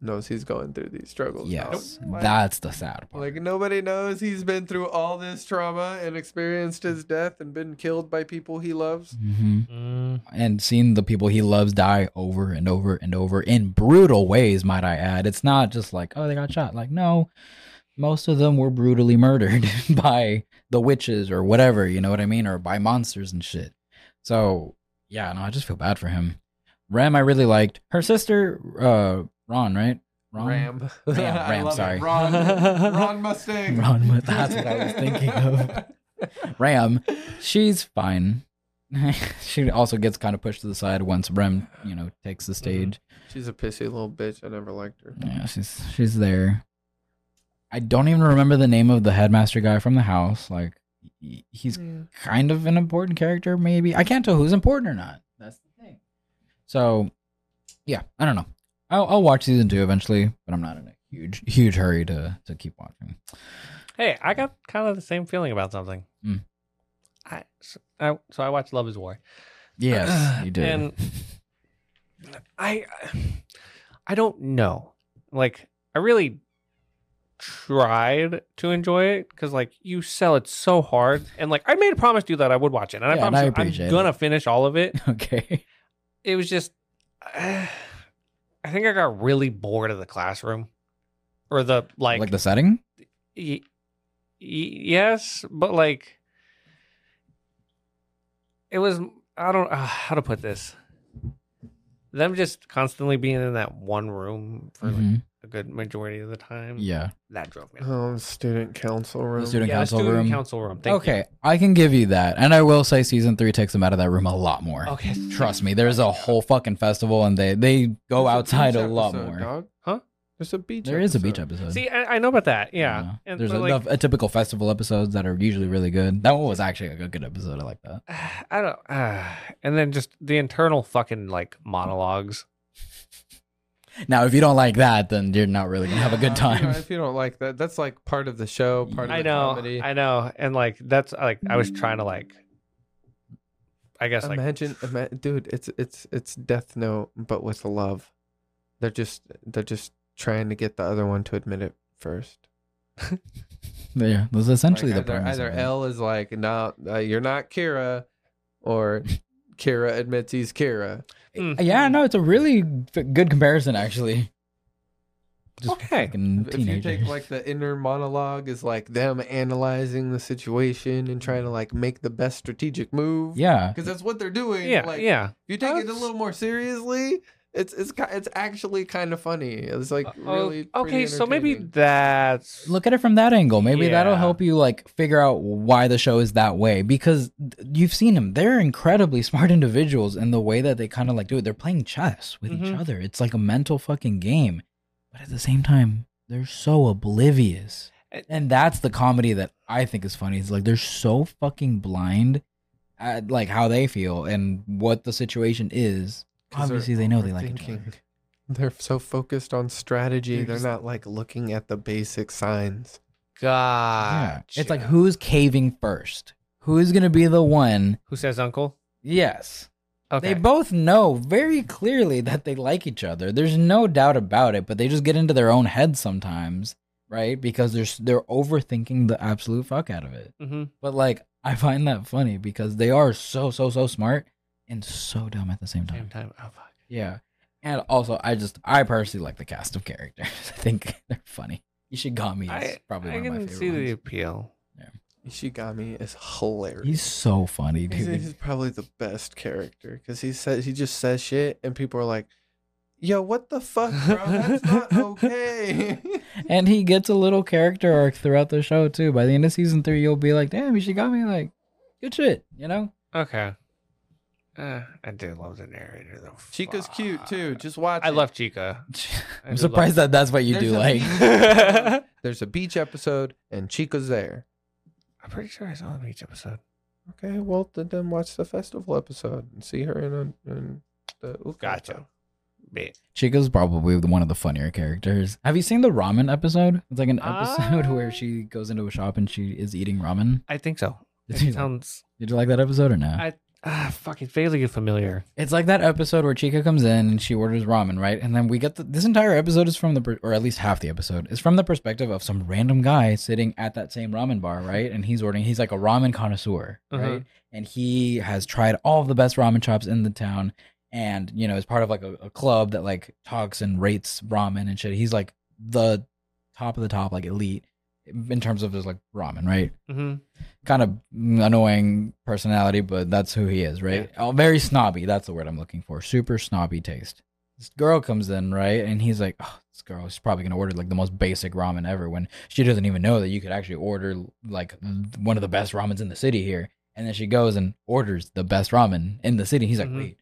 S2: knows he's going through these struggles. now.
S3: Yes,
S2: Like-
S3: that's the sad part.
S2: Like nobody knows he's been through all this trauma and experienced his death and been killed by people he loves.
S3: hmm
S1: Mm,
S3: And seeing the people he loves die over and over and over in brutal ways, might I add. It's not just like, oh, they got shot. Like, no, most of them were brutally murdered by the witches or whatever, you know what I mean? Or by monsters and shit. So, yeah, no, I just feel bad for him. Ram, I really liked. Her sister, uh, Ron, right? Ron?
S2: Ram.
S3: Ram,
S2: I
S3: Ram,
S2: love it.
S3: sorry.
S2: Ron, Ron Mustang.
S3: Ron Must- that's what I was thinking of. Ram, she's fine. she also gets kind of pushed to the side once Rem, you know, takes
S1: Mm-hmm.
S3: the stage.
S2: She's a pissy little bitch. I never liked her.
S3: Yeah, she's she's there. I don't even remember the name of the headmaster guy from the house. Like he- he's kind of an important character, maybe. I can't tell who's important or not. That's the thing. So, yeah, I don't know. I'll, I'll watch season two eventually, but I'm not in a huge huge hurry to to keep watching.
S1: Hey, I got kind of the same feeling about something.
S3: Mm.
S1: I, so, I so I watched Love Is War.
S3: Yes, you did.
S1: Uh, And- I I don't know. Like I really tried to enjoy it because like you sell it so hard and like I made a promise to you that I would watch it and I
S3: Yeah, and
S1: promise
S3: I
S1: you
S3: appreciate
S1: I'm gonna finish all of it.
S3: okay.
S1: It was just I think I got really bored of the classroom or the
S3: Like,
S1: like,
S3: the setting?
S1: y- y- yes, but like it was I don't uh, how to put this. Them just constantly being in that one room for like mm-hmm.
S3: Mhm.
S1: a good majority of the time.
S3: Yeah. Uh-huh.
S1: that drove me.
S2: Um, student council room.
S3: student-
S1: yeah, the
S3: council
S1: student
S3: room.
S1: council room. Thank
S3: okay, I can give you that. And I will say season three takes them out of that room a lot more.
S1: You. Okay.
S3: Trust me, there's a whole fucking festival and they, they go
S2: There's
S3: outside
S2: beach
S3: a lot
S2: episode,
S3: more.
S2: Dog.
S1: Huh?
S2: There's a beach.
S3: There is a beach episode.
S1: See, I, I know about that. Yeah.
S3: Yeah.
S1: And
S3: there's
S1: but,
S3: a,
S1: like,
S3: the- a typical festival episodes that are usually really good. That one was actually a good, good episode. I like that.
S1: I don't. Uh, and then just the internal fucking like monologues.
S3: Now, if you don't like that, then you're not really gonna have a good
S2: If you, don't,
S3: time.
S2: if you don't like that, that's like part of the show, part of
S1: I
S2: the
S1: know.
S2: comedy.
S1: I know. And like that's like I was trying to like. I guess like
S2: imagine, ima- dude, it's it's it's Death Note, but with love. They're just they're just trying to get the other one to admit it first.
S3: yeah, that's essentially
S2: Like,
S3: the
S2: either,
S3: premise.
S2: either
S3: of it.
S2: L is like, no, uh, you're not Kira, or Kira admits he's Kira.
S1: Mm.
S3: Yeah, no, it's a really f- good comparison actually. Just
S1: Okay.
S3: fucking
S2: If you
S3: teenagers.
S2: take like the inner monologue is like them analyzing the situation and trying to like make the best strategic move.
S3: yeah,
S2: because that's what they're doing.
S1: yeah,
S2: like,
S1: yeah.
S2: If you take it a
S1: That's-
S2: little more seriously, it's it's ki- it's actually kind of funny. It's like
S1: Oh,
S2: really
S1: okay,
S2: pretty
S1: so maybe
S2: entertaining.
S1: that's
S3: look at it from that angle. Maybe that'll
S1: Yeah.
S3: help you like figure out why the show is that way because th- you've seen them. They're incredibly smart individuals and the way that they kind of like do it. They're playing chess with each
S1: Mhm.
S3: other. It's like a mental fucking game. But at the same time, they're so oblivious.
S1: And-
S3: And that's the comedy that I think is funny. It's like they're so fucking blind at like how they feel and what the situation is.
S2: 'Cause they're
S3: Obviously, they know they like each
S2: overthinking.
S3: other.
S2: They're so focused on strategy.
S3: They're
S2: They're
S3: just-
S2: not like looking at the basic signs.
S1: God.
S3: Yeah. It's like who's caving first? Who's going to be the one?
S1: who says uncle?
S3: Yes.
S1: Okay.
S3: They both know very clearly that they like each other. There's no doubt about it, but they just get into their own heads sometimes, right? Because they're s- they're overthinking the absolute fuck out of it.
S1: hmm
S3: But like I find that funny because they are so so so smart and so dumb at the same time.
S1: Same time. Oh fuck.
S3: Yeah. And also I just I personally like the cast of characters. I think they're funny. Ishigami is
S1: I,
S3: probably
S1: I
S3: one of my
S1: can
S3: favorite
S1: see the
S3: ones.
S1: appeal.
S2: Ishigami is hilarious.
S3: He's so funny,
S2: He's,
S3: dude.
S2: he's probably the best character because he says he just says shit and people are like, "Yo, what the fuck, bro? That's not okay."
S3: and he gets a little character arc throughout the show too. By the end of season three, you'll be like, "Damn, she got me like good shit," you know.
S1: Okay. Uh, I do love the narrator though.
S2: Chica's cute too.
S1: Fuck.
S2: Just watch.
S1: I
S2: it.
S1: love Chica. I
S3: I'm
S1: do
S3: surprised that that's what you
S2: There's
S3: do
S2: a-
S3: like.
S1: love-
S2: There's a beach episode and Chica's there.
S1: I'm pretty sure I saw the beach episode.
S2: Okay, well then, then watch the festival episode and see her in a, in the Uka
S1: Gotcha. Bit.
S3: Chica's probably the- one of the funnier characters. Have you seen the ramen episode? It's like an episode where
S1: Ah.
S3: she goes into a shop and she is eating ramen.
S1: I think so.
S3: Did you,
S1: It sounds.
S3: did you like that episode or no?
S1: I ah, fucking vaguely familiar.
S3: It's like that episode where Chica comes in and she orders ramen, right? And then we get the, this entire episode is from the, per- or at least half the episode, is from the perspective of some random guy sitting at that same ramen bar, right? And he's ordering, he's like a ramen connoisseur,
S1: Mhm.
S3: right? And he has tried all of the best ramen shops in the town and, you know, is part of like a, a club that like talks and rates ramen and shit. He's like the top of the top, like elite in terms of his like ramen, right?
S1: Mm-hmm.
S3: kind of annoying personality, but that's who he is, right? Oh, very snobby. That's the word I'm looking for. Super snobby taste. This girl comes in, right? And he's like, oh, this girl is probably going to order like the most basic ramen ever when she doesn't even know that you could actually order like one of the best ramens in the city here. And then she goes and orders the best ramen in the city. He's like,
S1: Mhm.
S3: wait,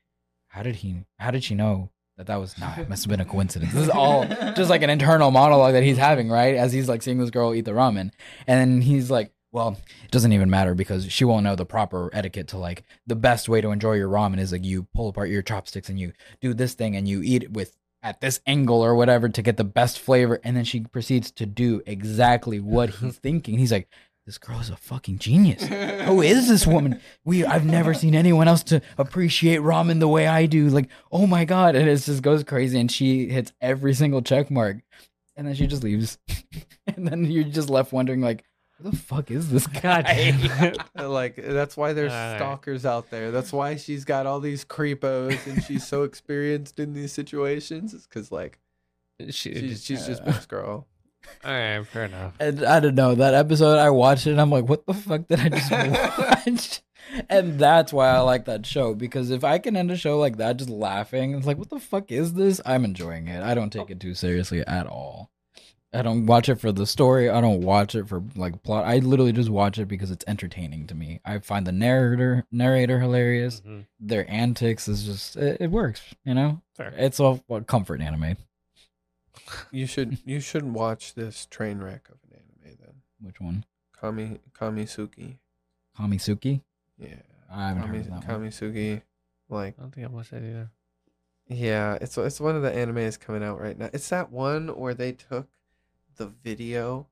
S3: how did he, how did she know that that was, nah, it must have been a coincidence. This is all just like an internal monologue that he's having, right? As he's like seeing this girl eat the ramen. And then he's like, well, it doesn't even matter because she won't know the proper etiquette to like the best way to enjoy your ramen is like you pull apart your chopsticks and you do this thing and you eat it with at this angle or whatever to get the best flavor. And then she proceeds to do exactly what he's thinking. He's like, this girl is a fucking genius. Who is this woman? We I've never seen anyone else to appreciate ramen the way I do. Like, oh my god. And it just goes crazy and she hits every single check mark. And then she just leaves. and then you're just left wondering like, who the fuck is this guy?
S1: God damn it.
S2: like that's why there's
S1: All right.
S2: stalkers out there. That's why she's got all these creepos and she's so experienced in these situations. It's because like
S1: She-
S2: she's, she's just
S3: uh,
S2: this girl.
S1: all right, fair enough.
S3: And I don't know that episode. I watched it and I'm like, what the fuck did I just watch? and that's why I like that show because if I can end a show like that just laughing, it's like, what the fuck is this? I'm enjoying it. I don't take it too seriously at all. I don't watch it for the story. I don't watch it for like plot. I literally just watch it because it's entertaining to me. I find the narrator narrator hilarious.
S1: Mhm.
S3: Their antics is just it, it works. You know,
S1: Fair.
S3: it's a, a comfort anime.
S2: You should you should watch this train wreck of an anime then.
S3: Which one?
S2: Kami Kamisuki.
S3: Kamisuki.
S2: Yeah.
S3: I haven't heard
S2: Kami,
S3: of that one.
S2: Kamisuki. Like
S1: I don't think I watched that either.
S2: yeah, it's it's one of the animes coming out right now. It's that one where they took the video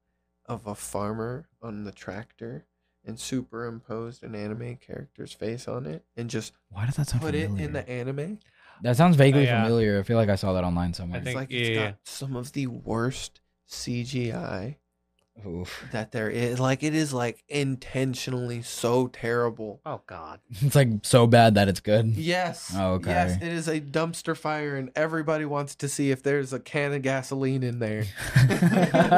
S2: of a farmer on the tractor and superimposed an anime character's face on it and just
S3: Why does that sound
S2: put
S3: familiar?
S2: it in the anime.
S3: That sounds vaguely
S1: Oh, Yeah.
S3: familiar. I feel like I saw that online somewhere.
S1: I think-
S2: it's like it's
S1: yeah.
S2: got some of the worst CGI
S3: Oof.
S2: that there is. Like it is like intentionally so terrible.
S1: Oh God.
S3: It's like so bad that it's good.
S2: Yes.
S3: Oh, okay.
S2: Yes, it is a dumpster fire, and everybody wants to see if there's a can of gasoline in there.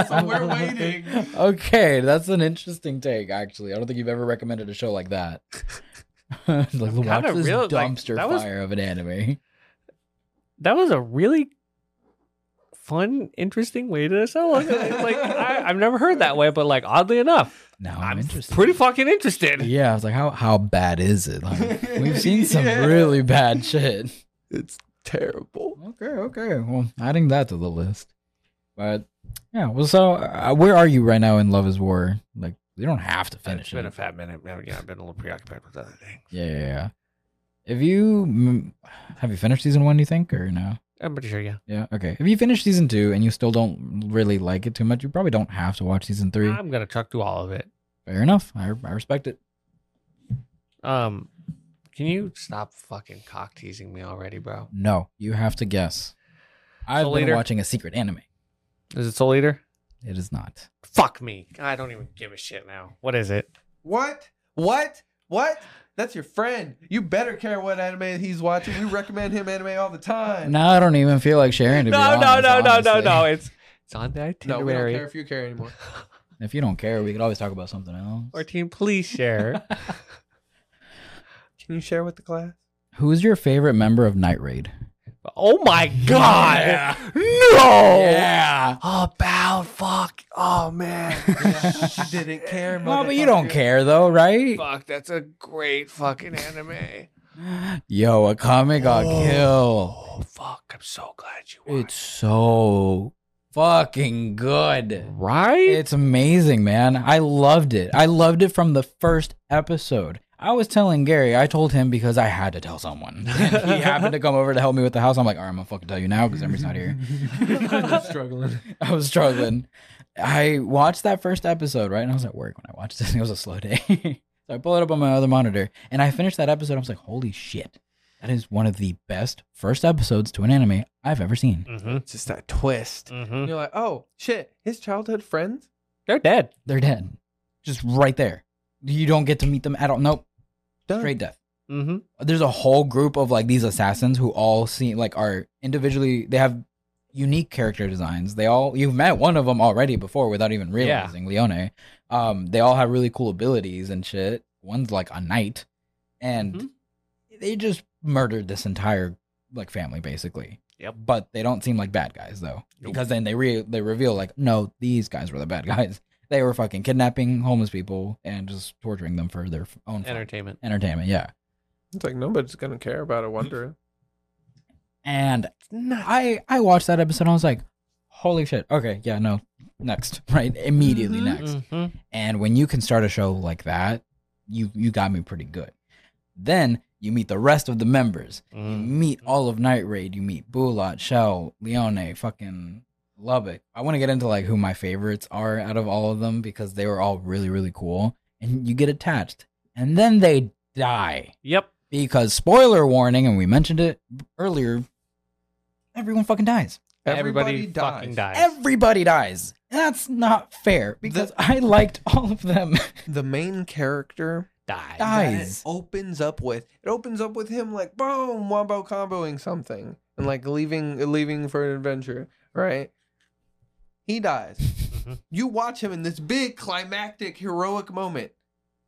S2: So we're waiting.
S3: Okay, that's an interesting take. Actually, I don't think you've ever recommended a show like that. like watch
S1: kinda
S3: this
S1: real- like,
S3: dumpster
S1: that was-
S3: fire of an anime.
S1: That was a really fun, interesting way to sell it. Like I, I've never heard that way, but like oddly enough,
S3: Now Oh, I'm,
S1: I'm,
S3: interested.
S1: pretty fucking interested.
S3: yeah, I was like, how how bad is it? Like, we've seen some
S2: Yeah.
S3: really bad shit.
S2: It's terrible.
S3: Okay, okay. Well, adding that to the list. But yeah, well, so uh, where are you right now in Love Is War? Like, you don't have to
S1: It's
S3: finish
S1: been a
S3: it.
S1: fat minute. man. Yeah, I've been a little preoccupied with other things.
S3: Yeah, yeah, yeah. If you mm, have you finished season one, do you think, or no?
S1: I'm pretty sure. Yeah.
S3: Yeah, okay. If you finish season two and you still don't really like it too much, you probably don't have to watch season three.
S1: I'm gonna truck through all of it.
S3: Fair enough. I, I respect it.
S1: Um, can you stop fucking cock teasing me already, bro?
S3: No, you have to guess. I've been
S1: later-
S3: watching a secret anime.
S1: Is it Soul Eater?
S3: It is not.
S1: Fuck me. I don't even give a shit now. What is it?
S2: What? What? What? That's your friend. You better care what anime he's watching. We recommend him anime all the time.
S3: Now I don't even feel like sharing. To be
S1: no, no,
S3: honest,
S1: no, no, no,
S3: honestly.
S1: no. It's it's on the
S2: No, we don't
S1: itinerary.
S2: care if you care anymore.
S3: If you don't care, we could always talk about something else.
S1: Our team, please share.
S2: Can you share with the class?
S3: Who's your favorite member of Night Raid?
S1: oh my god! No.
S3: Yeah.
S1: About fuck. Oh man.
S2: Yeah, she didn't care.
S3: Well, but you don't
S2: motherfucker.
S3: care though, right?
S1: fuck. That's a great fucking anime.
S3: Yo, a comic got
S1: Oh.
S3: killed.
S1: Oh fuck! I'm so glad you. Watched.
S3: It's so fucking good.
S1: right.
S3: It's amazing, man. I loved it. I loved it from the first episode. I was telling Gary, I told him because I had to tell someone. And he happened to come over to help me with the house. I'm like, all right, I'm gonna fucking tell you now because Emery's not here.
S2: I'm struggling.
S3: I was struggling. I watched that first episode, right? And I was at work when I watched it. It was a slow day. So I pull it up on my other monitor, and I finished that episode. I was like, "Holy shit, that is one of the best first episodes to an anime I've ever seen."
S1: Mm-hmm.
S2: It's just that twist.
S1: Mm-hmm.
S2: And you're like, oh shit, his childhood friends.
S1: They're dead.
S3: They're dead, just right there. You don't get to meet them at all. Nope,
S2: Done.
S3: straight death.
S1: Mm-hmm.
S3: There's a whole group of like these assassins who all seem like are individually. They have unique character designs. They all you've met one of them already before without even realizing Leone. Um, they all have really cool abilities and shit. One's like a knight, and
S1: Mhm.
S3: they just murdered this entire like family basically.
S1: Yep.
S3: But they don't seem like bad guys though,
S1: Nope.
S3: because then they re- they reveal like no, these guys were the bad guys. They were fucking kidnapping homeless people and just torturing them for their f- own fun.
S1: Entertainment.
S3: entertainment. Yeah,
S2: It's like nobody's gonna care about a wonder.
S3: and I I watched that episode. and I was like, holy shit. Okay, yeah, no, next, right, immediately
S2: Mhm.
S3: next.
S1: Mm-hmm.
S3: And when you can start a show like that, you you got me pretty good. Then you meet the rest of the members. You
S1: mm-hmm.
S3: meet all of Night Raid. You meet Bulat, Shell, Leone, fucking Lubbock. I want to get into like who my favorites are out of all of them because they were all really really cool. And you get attached, and then they die
S1: Yep.
S3: because spoiler warning, and we mentioned it earlier. Everyone fucking dies.
S1: Everybody, fucking dies.
S3: Everybody dies. And that's not fair because I liked all of them.
S2: The main character
S1: dies.
S3: Die.
S2: that
S3: Dies.
S2: it opens up with it opens up with him like boom wombo comboing something and like leaving leaving for an adventure, right? He dies.
S3: Mm-hmm.
S1: Mhm.
S2: You watch him in this big climactic heroic moment,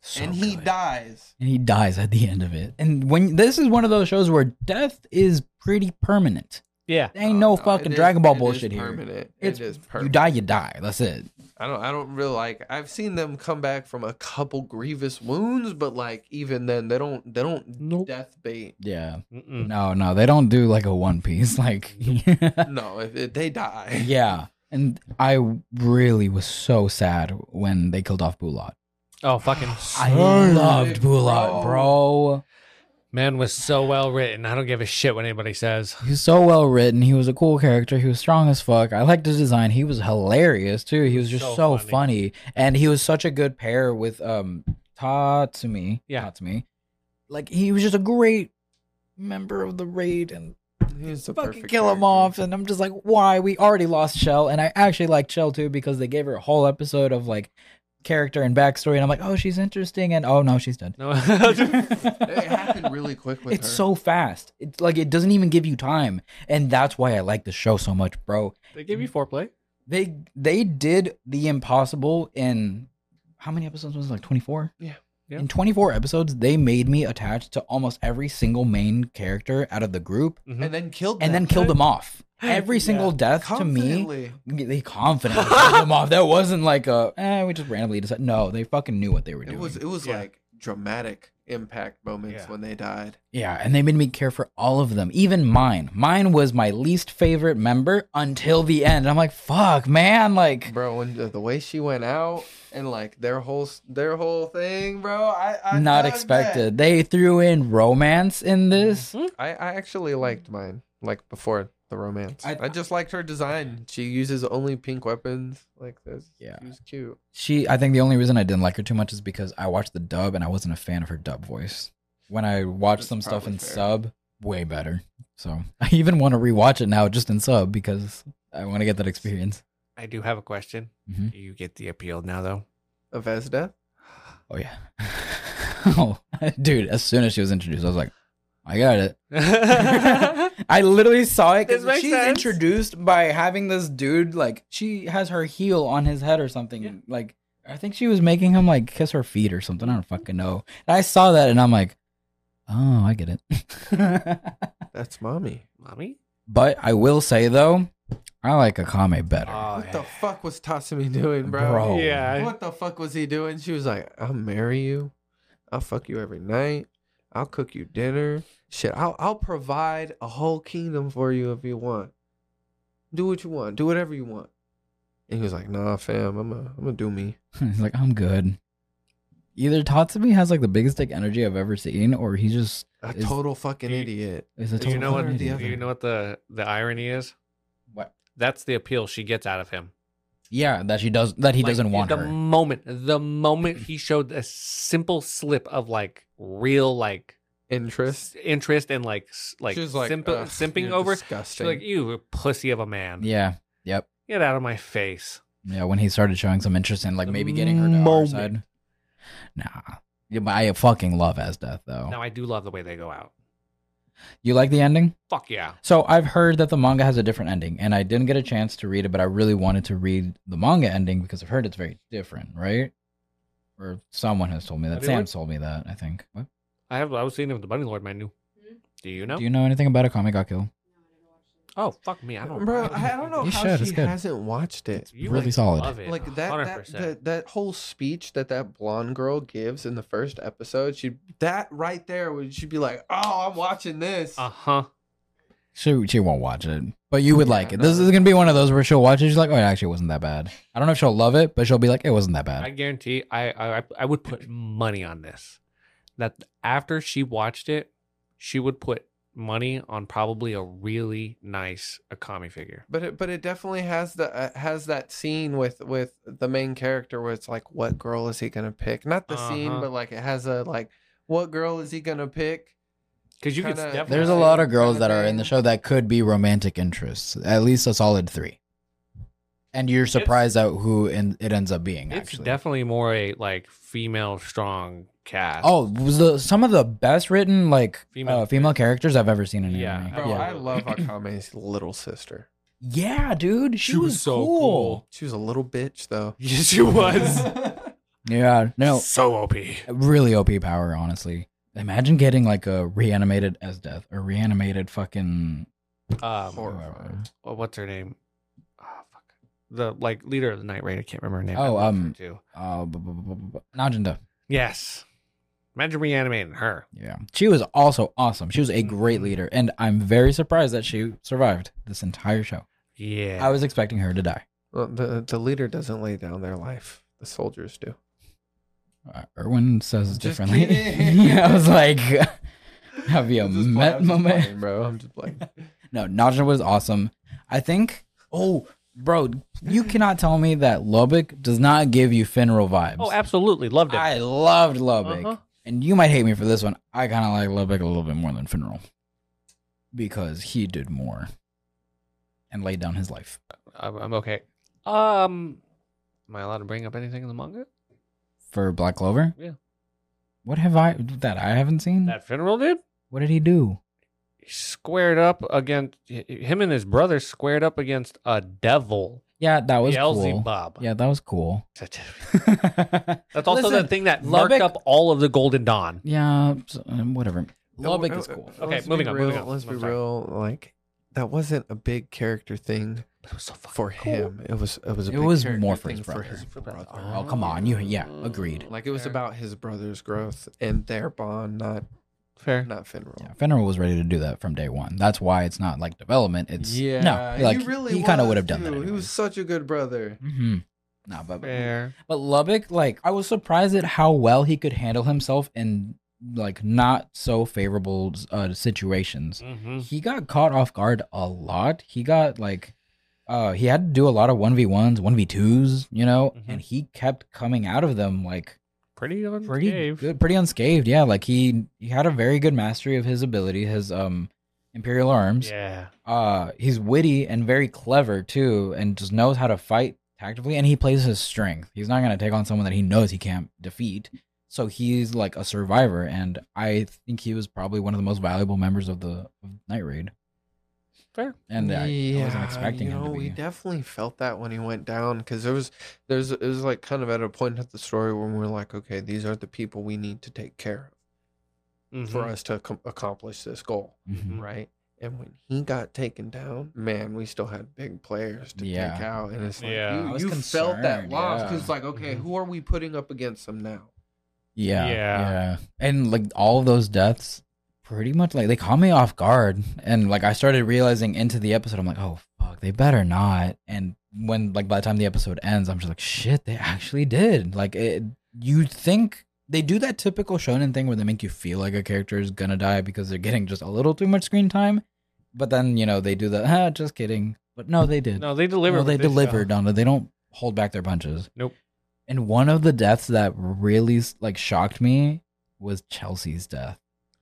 S3: So
S2: and he
S3: good.
S2: dies.
S3: and he dies at the end of it. And when this is one of those shows where death is pretty permanent.
S1: Yeah.
S3: There ain't no
S2: Oh, it
S3: fucking
S2: is-
S3: Dragon Ball
S2: it is
S3: bullshit here.
S2: Permanent.
S3: It's
S2: It is
S3: you
S2: permanent.
S3: die, you die. That's it.
S2: I don't I don't really like I've seen them come back from a couple grievous wounds, but like even then they don't they don't
S1: Nope.
S2: death bait.
S3: Yeah.
S2: Hmm.
S1: Mm-mm.
S3: No, no, they don't do like a One Piece. Like,
S2: No, if, if they die.
S3: yeah. And I really was so sad when they killed off Bulat.
S1: Oh, fucking
S3: I
S2: Sorry,
S3: loved
S2: bro.
S3: Bulat, bro.
S1: man was so well written. I don't give a shit what anybody says.
S3: He was so well written. He was a cool character. He was strong as fuck. I liked his design. He was hilarious too. He was just so,
S1: So
S3: funny.
S1: funny.
S3: and he was such a good pair with um Tatsumi.
S1: Yeah.
S3: Tatsumi. Like he was just a great member of the raid and
S2: He's the
S3: fucking
S2: perfect
S3: kill him
S2: character.
S3: off. And I'm just like, why? We already lost Shell, and I actually liked Shell too because they gave her a whole episode of like character and backstory, and I'm like, oh, she's interesting, and oh no, she's dead.
S1: No. Mm-hmm.
S2: It happened really quick with
S3: it's
S2: her.
S3: so fast. It's like it doesn't even give you time, and that's why I like the show so much, bro.
S1: they give you
S3: Mm-hmm.
S1: foreplay.
S3: They they did the impossible in how many episodes was it? Like twenty four.
S2: Yeah.
S1: Yeah.
S3: In 24 episodes, they made me attached to almost every single main character out of the group
S2: and then killed
S3: and then
S2: them.
S3: killed them off. Every
S1: Yeah.
S3: single death to me,
S2: Confidently.
S3: they confidently killed them off. That wasn't like a, eh, we just randomly decided. No, they fucking knew what they were doing.
S2: It was it was
S1: Yeah.
S2: like dramatic impact moments
S1: Yeah.
S2: when they died.
S3: Yeah, and they made me care for all of them, even mine. Mine was my least favorite member until the end. I'm like, fuck, man, like
S2: Bro, when the, the way she went out and like their whole s- their whole thing, bro, I, I
S3: not
S2: dug that.
S3: expected. They threw in romance
S2: Mm-hmm.
S3: in this.
S2: I, I actually liked mine, like before the romance.
S3: I-
S2: I, just liked her design. She uses only pink weapons like this.
S3: Yeah.
S2: She was cute.
S3: She I think the only reason I didn't like her too much is because I watched the dub and I wasn't a fan of her dub voice. When I watched
S2: That's
S3: some stuff in
S2: probably fair.
S3: sub, way better. So, I even want to rewatch it now just in sub because I want to get that experience.
S1: I do have a question.
S3: Mhm.
S1: You get the appeal now, though.
S2: A Vesda?
S3: Oh yeah. oh, dude, as soon as she was introduced, I was like, I got it. I literally saw it
S1: This
S3: because
S1: makes
S3: she's
S1: sense.
S3: introduced by having this dude like she has her heel on his head or something.
S1: Yeah.
S3: Like I think she was making him like kiss her feet or something. I don't fucking know. And I saw that and I'm like, oh, I get it.
S2: That's mommy.
S1: Mommy.
S3: but I will say though, I like Akame better.
S1: Ah, Oh,
S2: What the fuck was Tatsumi doing, bro?
S3: Bro.
S1: Yeah.
S2: What the fuck was he doing? She was like, I'll marry you. I'll fuck you every night. I'll cook you dinner. Shit, I'll I'll provide a whole kingdom for you if you want. Do what you want. Do whatever you want. And he was like, Nah, fam, I'm a I'm a do me.
S3: he's like, I'm good. Either Tatsumi has like the biggest dick energy I've ever seen, or he just
S2: A
S3: Is-
S2: total fucking
S1: you-
S2: idiot.
S3: is a
S1: Do
S3: total
S1: you know what?
S3: fucking
S2: the
S3: idiot.
S1: Do you know what the the irony is?
S3: What?
S1: That's the appeal she gets out of him.
S3: Yeah, that she does that he
S1: Like,
S3: doesn't want
S1: the
S3: her.
S1: moment the moment he showed a simple slip of like real like
S2: Interest.
S1: s- interest and like s- like,
S2: She was like
S1: simp-
S2: "Ugh,
S1: simping
S2: you're
S1: over she's
S2: Disgusting.
S1: like you a pussy of a man
S3: Yeah. Yep.
S1: get out of my face
S3: Yeah, when he started showing some interest in like
S1: The
S3: maybe getting her to
S1: moment.
S3: our side. Nah. Yeah, but I fucking love as death though.
S1: now i do love the way they go out
S3: You like the ending?
S1: fuck yeah
S3: So I've heard that the manga has a different ending, and I didn't get a chance to read it, but I really wanted to read the manga ending because I've heard it's very different, right? Or someone has told me that.
S1: Have you
S3: Sam
S1: looked-
S3: told me that, I think. What?
S1: i have i was seeing it with the bunny lord man knew do you know
S3: Do you know anything about Akame ga Kill?
S4: No, I never watched it.
S1: oh fuck me i don't
S2: Bro, I don't know
S3: You
S2: how
S3: should, it's
S2: she
S3: good.
S2: hasn't watched it.
S1: you
S3: really
S1: like,
S3: solid.
S1: love it,
S2: Like that,
S1: 100%.
S2: that, that that whole speech that that blonde girl gives in the first episode, she that right there would she'd be like, "Oh, I'm watching this."
S1: uh-huh
S3: She she won't watch it, but you would
S2: Yeah,
S3: like it.
S2: no.
S3: This is gonna be one of those where she'll watch it. She's like, oh, it actually wasn't that bad. I don't know if she'll love it, but she'll be like, it wasn't that
S1: I
S3: bad.
S1: guarantee I, I I would put money on this. That after she watched it, she would put money on probably a really nice Akami figure.
S2: But it, but it definitely has the uh, has that scene with with the main character where it's like, what girl is he gonna pick? Not the scene,
S1: Uh-huh.
S2: but like it has a like, what girl is he gonna pick?
S1: Because you could
S2: Kinda-
S1: definitely
S3: There's a
S2: Yeah.
S3: lot of girls that
S2: Kinda
S3: are in the
S2: thing.
S3: show that could be romantic interests. At least a solid three. And you're surprised at who in, it ends up being.
S1: it's
S3: actually,
S1: definitely more a like female strong cast.
S3: oh, was the some of the best written like female,
S1: Female
S3: uh, female characters I've ever seen in
S1: Yeah,
S3: anime.
S2: Bro,
S1: Yeah.
S2: I love Akame's little sister.
S3: yeah, dude, she, was, cool.
S2: She was a little bitch though.
S1: Yes, she was
S3: Yeah, no,
S1: so OP.
S3: really OP power, honestly. Imagine getting like a reanimated as death or reanimated fucking
S1: Um, oh, what's her name? Oh, fuck. The like leader of the Night Raid. I can't remember her name. I
S3: Oh,
S1: love her
S3: um,
S1: too.
S3: uh, b- b- b- b- b- Najinda.
S1: Yes. Imagine reanimating her.
S3: Yeah, she was also awesome. She was a
S1: Mm-hmm.
S3: great leader, and I'm very surprised that she survived this entire show.
S1: Yeah.
S3: I was expecting her to die,
S2: Well, the the leader doesn't lay down their life. The soldiers do.
S3: uh, Erwin says
S2: Just
S3: differently.
S2: kidding.
S3: I was like, have you
S2: I'm just playing-
S3: met
S2: I'm just
S3: my man?
S2: playing, bro? I'm just like,
S3: No, Naja was awesome. I think. Oh, bro, you cannot tell me that Lubbock does not give you Finral vibes.
S1: oh, absolutely. Loved it.
S3: I loved Lubbock.
S1: Uh-huh.
S3: And you might hate me for this one. I kind of like Lubbock a little bit more than Finral because he did more and laid down his life.
S1: I'm, I'm okay. Um, am I allowed to bring up anything in the manga?
S3: For Black Clover?
S1: Yeah.
S3: What have I that I haven't seen?
S1: That Finral did
S3: what did he do?
S1: He squared up against h- him and his brother squared up against a devil.
S3: Yeah, that was cool.
S1: Beelzebub.
S3: Yeah, that was cool.
S1: That's also
S3: Listen,
S1: the thing that
S3: Lubbock-
S1: marked up all of the Golden Dawn.
S3: yeah, so, um, whatever. Lubbock
S2: uh,
S3: is cool.
S1: Uh-huh. Okay,
S2: let's be
S1: moving on,
S2: Real,
S1: moving on.
S2: Let's
S1: I'm
S2: be
S1: sorry.
S2: real. Like that wasn't a big character thing
S1: It was so fucking
S2: for
S1: cool.
S2: him. It was. It was. A
S3: It
S2: big
S3: was
S2: character
S3: more for
S2: thing
S3: his brother.
S2: his brother.
S3: Oh, come on. You yeah, agreed.
S2: Like it was
S1: Fair.
S2: about his brother's growth and their bond, not
S1: Fair.
S2: not Finral.
S3: Yeah, Fenrir was ready to do that from day one. That's why it's not like development. It's yeah,
S2: he
S3: no, like he, kind of
S2: was,
S3: would have done that.
S2: dude. He was such a good brother.
S3: hmm No, but
S1: Fair.
S3: but Lubbock, like I was surprised at how well he could handle himself in like not so favorable uh, situations.
S1: hmm
S3: He got caught off guard a lot. He got like, uh, he had to do a lot of one v ones, one v twos, you know,
S1: Mhm.
S3: and he kept coming out of them like
S1: Pretty on
S3: pretty good, pretty unscathed. Yeah, like he he had a very good mastery of his ability, his um imperial arms.
S1: Yeah.
S3: Uh, he's witty and very clever too, and just knows how to fight tactically. And he plays his strength. He's not gonna take on someone that he knows he can't defeat. So he's like a survivor, and I think he was probably one of the most valuable members of the of Night Raid.
S1: Fair.
S3: And uh, I, I wasn't expecting
S2: you know,
S3: him to
S2: we
S3: be.
S2: definitely felt that when he went down because there was there's it was like kind of at a point of the story when we were like, okay, these are the people we need to take care
S1: Mhm.
S2: of for us to ac- accomplish this goal,
S1: Mm-hmm.
S3: Mhm.
S2: right? And when he got taken down, man, we still had big players to
S3: Yeah.
S2: take out, and it's like
S1: Yeah.
S2: you-
S3: I was
S2: you, felt that
S3: concerned,
S2: loss
S3: yeah.
S2: because like, okay,
S1: Mhm.
S2: who are we putting up against them now?
S3: Yeah,
S1: Yeah.
S3: yeah. And like all of those deaths, pretty much like they caught me off guard, and like I started realizing into the episode, I'm like, oh fuck, they better not. And when like by the time the episode ends, I'm just like, shit, they actually did. Like it, you think they do that typical shonen thing where they make you feel like a character is gonna die because they're getting just a little too much screen time, but then you know they do the ah, just kidding. But no, they did.
S1: No, they delivered.
S3: No, they
S1: with this uh, show.
S3: delivered uh, on it. They don't hold back their punches.
S1: Nope.
S3: And one of the deaths that really like shocked me was Chelsea's death.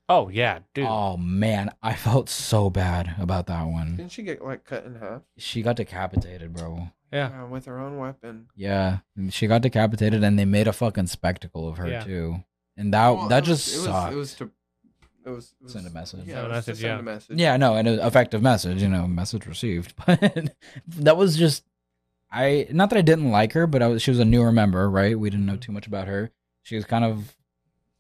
S1: Oh yeah, dude.
S3: Oh man, I felt so bad about that one.
S2: Didn't she get like cut in half?
S3: She got decapitated, bro.
S1: yeah.
S2: Uh, with her own weapon.
S3: Yeah, she got decapitated, and they made a fucking spectacle of her
S1: Yeah.
S3: too. And that
S2: Well,
S3: that
S2: it was-
S3: just
S2: it
S3: sucked.
S2: Was, it was to. It was, it was
S3: Send a message.
S2: Yeah,
S1: Send a
S2: it was to
S1: message,
S2: send
S1: yeah.
S2: a message.
S3: Yeah, no, and an effective message, you know, message received. But that was just I not that I didn't like her, but I was she was a newer member, right? We didn't know too much about her. She was kind of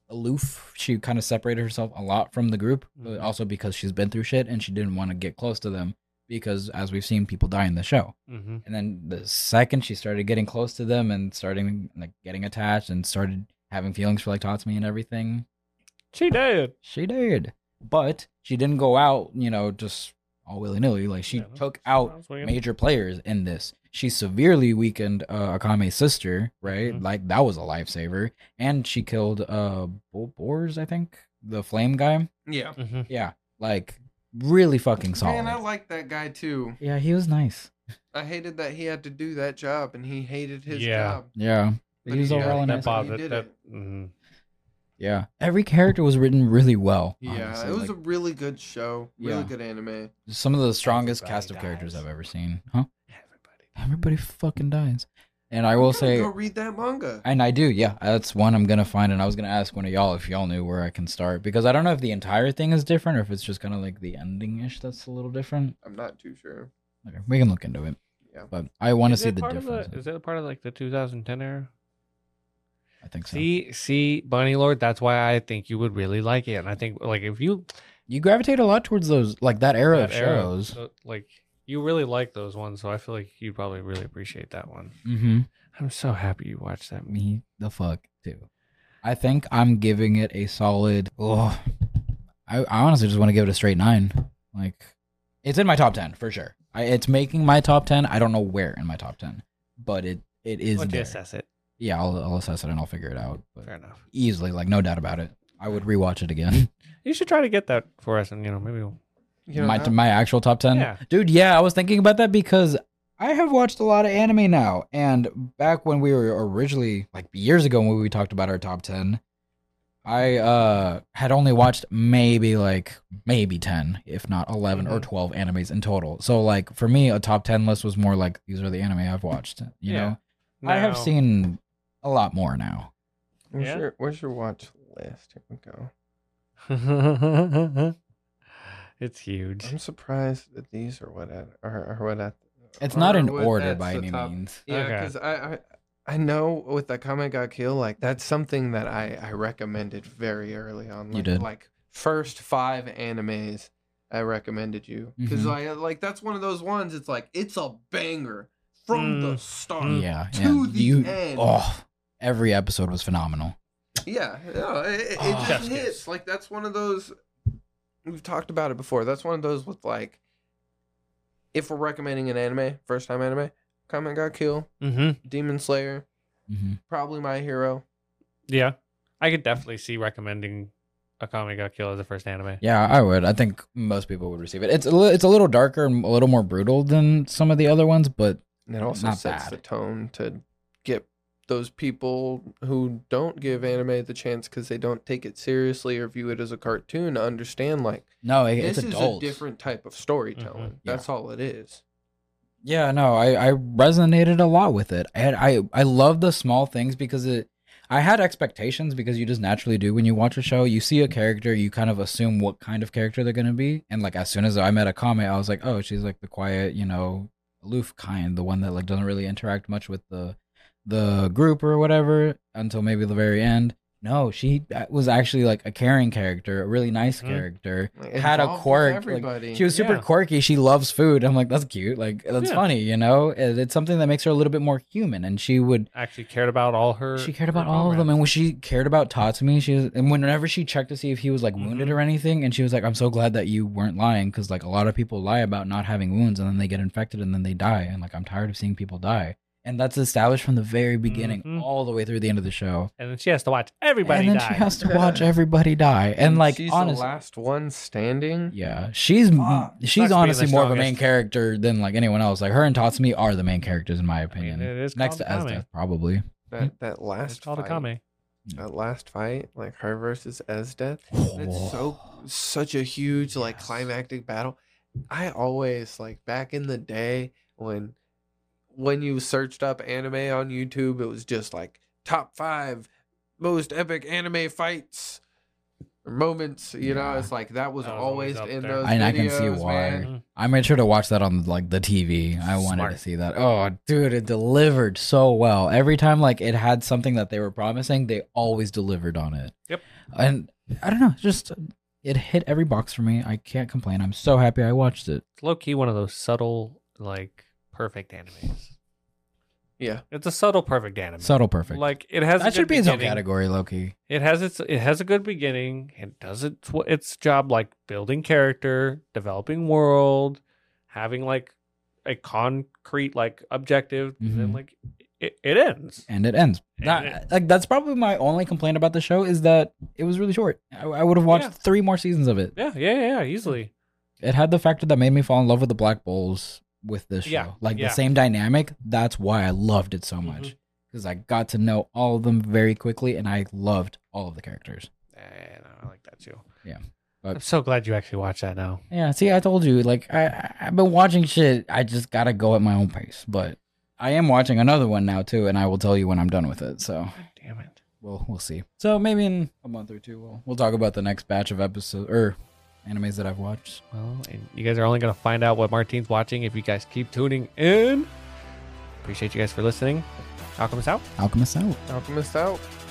S3: aloof. She kind of separated herself a lot from the group, but
S1: Mhm.
S3: also because she's been through shit and she didn't want to get close to them because as we've seen people die in the show.
S1: Mm-hmm.
S3: And then the second she started getting close to them and starting like getting attached and started having feelings for like Tatsumi and everything,
S1: She did.
S3: she did. But she didn't go out, you know, just all willy nilly. Like she
S1: Yeah, no,
S3: took
S1: she
S3: out
S1: was swinging.
S3: major players in this. She severely weakened uh, Akame's sister, right?
S1: Mhm.
S3: Like that was a lifesaver. And she killed uh Bo- Boars, I think, the flame guy.
S2: Yeah.
S1: Mhm.
S3: Yeah, like really fucking solid.
S2: Man, I like that guy too.
S3: yeah, he was nice.
S2: I hated that he had to do that job, and he hated his
S1: Yeah.
S2: job.
S3: Yeah,
S2: But
S3: He was
S2: did
S3: overall
S2: it.
S3: a
S1: that
S3: nice guy.
S2: He
S1: bothered
S2: did
S1: that.
S2: it.
S1: mhm.
S3: yeah. Every character was written really well.
S2: Yeah,
S3: honestly.
S2: it was
S3: Like,
S2: a really good show. Really
S3: Yeah.
S2: good anime.
S3: some of the strongest cast of
S1: Everybody
S3: characters
S1: dies.
S3: I've ever seen. Huh?
S1: Everybody.
S3: Everybody fucking dies. And I will
S2: I'm gonna
S3: say,
S2: go read that manga.
S3: and I do, yeah, that's one I'm gonna find. And I was gonna ask one of y'all if y'all knew where I can start because I don't know if the entire thing is different or if it's just kind of like the ending ish that's a little different.
S2: I'm not too sure.
S3: Okay, we can look into it.
S2: Yeah.
S3: But I want to
S1: Is
S3: see
S1: it
S3: the
S1: part of
S3: difference.
S1: Is it a part of like the 2010 era?
S3: I think so.
S1: See, see, Bunny Lord. That's why I think you would really like it. And I think like if you
S3: You gravitate a lot towards those, like that era of
S1: that era,
S3: shows.
S1: so, like you really like those ones, so I feel like you'd probably really appreciate that one.
S3: Mm-hmm.
S1: I'm so happy you watched that. Me.
S3: Me the fuck too. I think I'm giving it a solid. Oh, I, I honestly just want to give it a straight nine. Like, it's in my top ten for sure. I, it's making my top ten. I don't know where in my top ten, but it it is
S1: Once you
S3: there.
S1: assess it,
S3: Yeah, I'll, I'll assess it and I'll figure it out. But
S1: fair enough.
S3: easily, like no doubt about it. I would rewatch it again.
S1: You should try to get that for us, and you know maybe we'll,
S2: You know,
S3: my
S2: I-
S3: my actual top ten,
S1: Yeah.
S3: dude. Yeah, I was thinking about that because I have watched a lot of anime now, and back when we were originally like years ago when we talked about our top ten, I uh had only watched maybe like maybe ten, if not 11 or
S2: Mm-hmm.
S1: Mhm.
S3: twelve animes in total. So like for me, a top ten list was more like these are the anime I've watched. You
S1: Yeah.
S3: know, I have
S1: Now-
S3: seen a lot more now.
S2: Where's,
S1: Yeah.
S2: your, where's your watch list? Here we go.
S1: it's huge.
S2: I'm surprised that these are what at are, are what at.
S3: It's
S2: are
S3: not in
S2: what
S3: order
S2: that's
S3: by
S2: the
S3: any
S2: top.
S3: means.
S2: Yeah,
S1: Okay.
S2: because I, I I know with the comic got kill, like that's something that I I recommended very early on.
S3: You
S2: Like,
S3: did.
S2: like first five animes I recommended you because
S3: Mhm.
S2: I like that's one of those ones. It's like it's a banger from the
S1: Mm.
S2: start
S3: Yeah,
S2: to
S3: yeah.
S2: the
S3: you,
S2: end.
S3: Oh, every episode was phenomenal.
S2: Yeah, no, it, it- it
S3: Oh.
S2: just
S1: Chef's kiss.
S2: hits. Like that's one of those. We've talked about it before. That's one of those with like, if we're recommending an anime, first time anime, Comment Got Kill,
S1: Mm-hmm.
S2: Demon Slayer,
S3: hmm
S2: probably My Hero.
S1: Yeah, I could definitely see recommending Akame ga Kill as a first anime.
S3: Yeah, I would. I think most people would receive it. It's a li- it's a little darker and a little more brutal than some of the other ones, but
S2: And it also
S3: Not
S2: sets
S3: bad.
S2: the tone to get those people who don't give anime the chance because they don't take it seriously or view it as a cartoon to understand like
S3: no, it,
S2: this
S3: it's
S2: is
S3: adult.
S2: a different type of storytelling.
S3: Yeah.
S2: That's all it is.
S3: Yeah, no, I, I resonated a lot with it. And I I love the small things because it I had expectations because you just naturally do when you watch a show. You see a character, you kind of assume what kind of character they're gonna be. And like as soon as I met Akame, I was like, oh, she's like the quiet, you know, aloof kind, the one that like doesn't really interact much with the the group or whatever until maybe the very end. No, she was actually like a caring character, a really nice
S1: Mhm.
S3: character.
S2: Mm-hmm. Like,
S3: Had a
S2: involved with
S3: quirk, like,
S2: Everybody.
S3: She was super
S1: Yeah.
S3: quirky. She loves food. I'm like, that's cute. Like, that's
S1: Yeah.
S3: funny, you know? It- It's something that makes her a little bit more human. And she would,
S1: Actually, cared about all her.
S3: she cared
S1: her
S3: about all of them. And
S1: comrades.
S3: when she cared about Tatsumi, she was, and whenever she checked to see if he was like wounded
S1: Mhm.
S3: or anything, and she was like, I'm so glad that you weren't lying because like a lot of people lie about not having wounds and then they get infected and then they die. And like, I'm tired of seeing people die. and that's established from the very beginning
S1: Mhm.
S3: all the way through the end of the show.
S1: and then she has to watch everybody
S3: and then
S1: die.
S3: she has to watch everybody die, and like
S2: she's
S3: honestly,
S2: the last one standing.
S3: yeah, she's
S1: Fuck. Sucks being
S3: she's
S1: the
S3: honestly more of a main
S1: strongest.
S3: character than like anyone else. Like her and Tatsumi are the main characters in my
S1: I mean,
S3: opinion.
S1: it is
S3: Next to
S1: called a
S3: Ezda,
S1: kame.
S3: probably.
S2: That that last
S1: It's called a
S2: fight,
S1: kame.
S2: that last fight, like her versus Ezdeath,
S3: Oh.
S2: It's so such a huge like
S3: Yes.
S2: climactic battle. I always like back in the day when when you searched up anime on YouTube, it was just like top five most epic anime fights or moments. You know,
S3: Yeah.
S2: it's like that was
S1: That was
S2: always,
S1: always up
S2: in
S1: there.
S2: those.
S3: And I can see
S2: videos,
S3: why.
S2: man.
S1: Mm-hmm.
S3: I made sure to watch that on like the TV. I wanted
S1: Smart.
S3: to see that. Oh, dude, it delivered so well. Every time like it had something that they were promising, they always delivered on it.
S1: Yep.
S3: And I don't know, just it hit every box for me. I can't complain. I'm so happy I watched it.
S1: It's low key one of those subtle, like perfect animes.
S2: Yeah,
S1: It's a subtle perfect anime.
S3: Subtle perfect.
S1: Like it has a
S3: that
S1: good
S3: should be its own
S1: beginning.
S3: category, Loki.
S1: It has its it has a good beginning. It does its wh- its job like building character, developing world, having like a concrete like objective, and then
S3: Mhm.
S1: like it, it ends.
S3: And it ends.
S1: And
S3: That-
S1: it-
S3: like that's probably my only complaint about the show is that it was really short. I, I would have watched
S1: Yeah.
S3: three more seasons of it.
S1: Yeah, yeah, yeah, easily.
S3: it had the factor that made me fall in love with the Black Bulls with this show.
S1: Yeah,
S3: Like
S1: yeah. Mm-hmm.
S3: the same dynamic. That's why I loved it so much because I got to know all of them very quickly, and I loved all of the characters.
S1: And I like that too.
S3: Yeah. But-
S1: I'm so glad you actually watched that now.
S3: Yeah. See, I told you. Like I, I- I've been watching shit. I just gotta go at my own pace. But I am watching another one now too, and I will tell you when I'm done with it. So
S1: God damn it.
S3: we'll we'll see. So maybe in a month or two, we'll we'll talk about the next batch of episodes or animes that I've watched.
S1: Well, and you guys are only going to find out what Martine's watching if you guys keep tuning in. Appreciate you guys for listening. Alchemist out.
S3: Alchemist out.
S2: Alchemist out.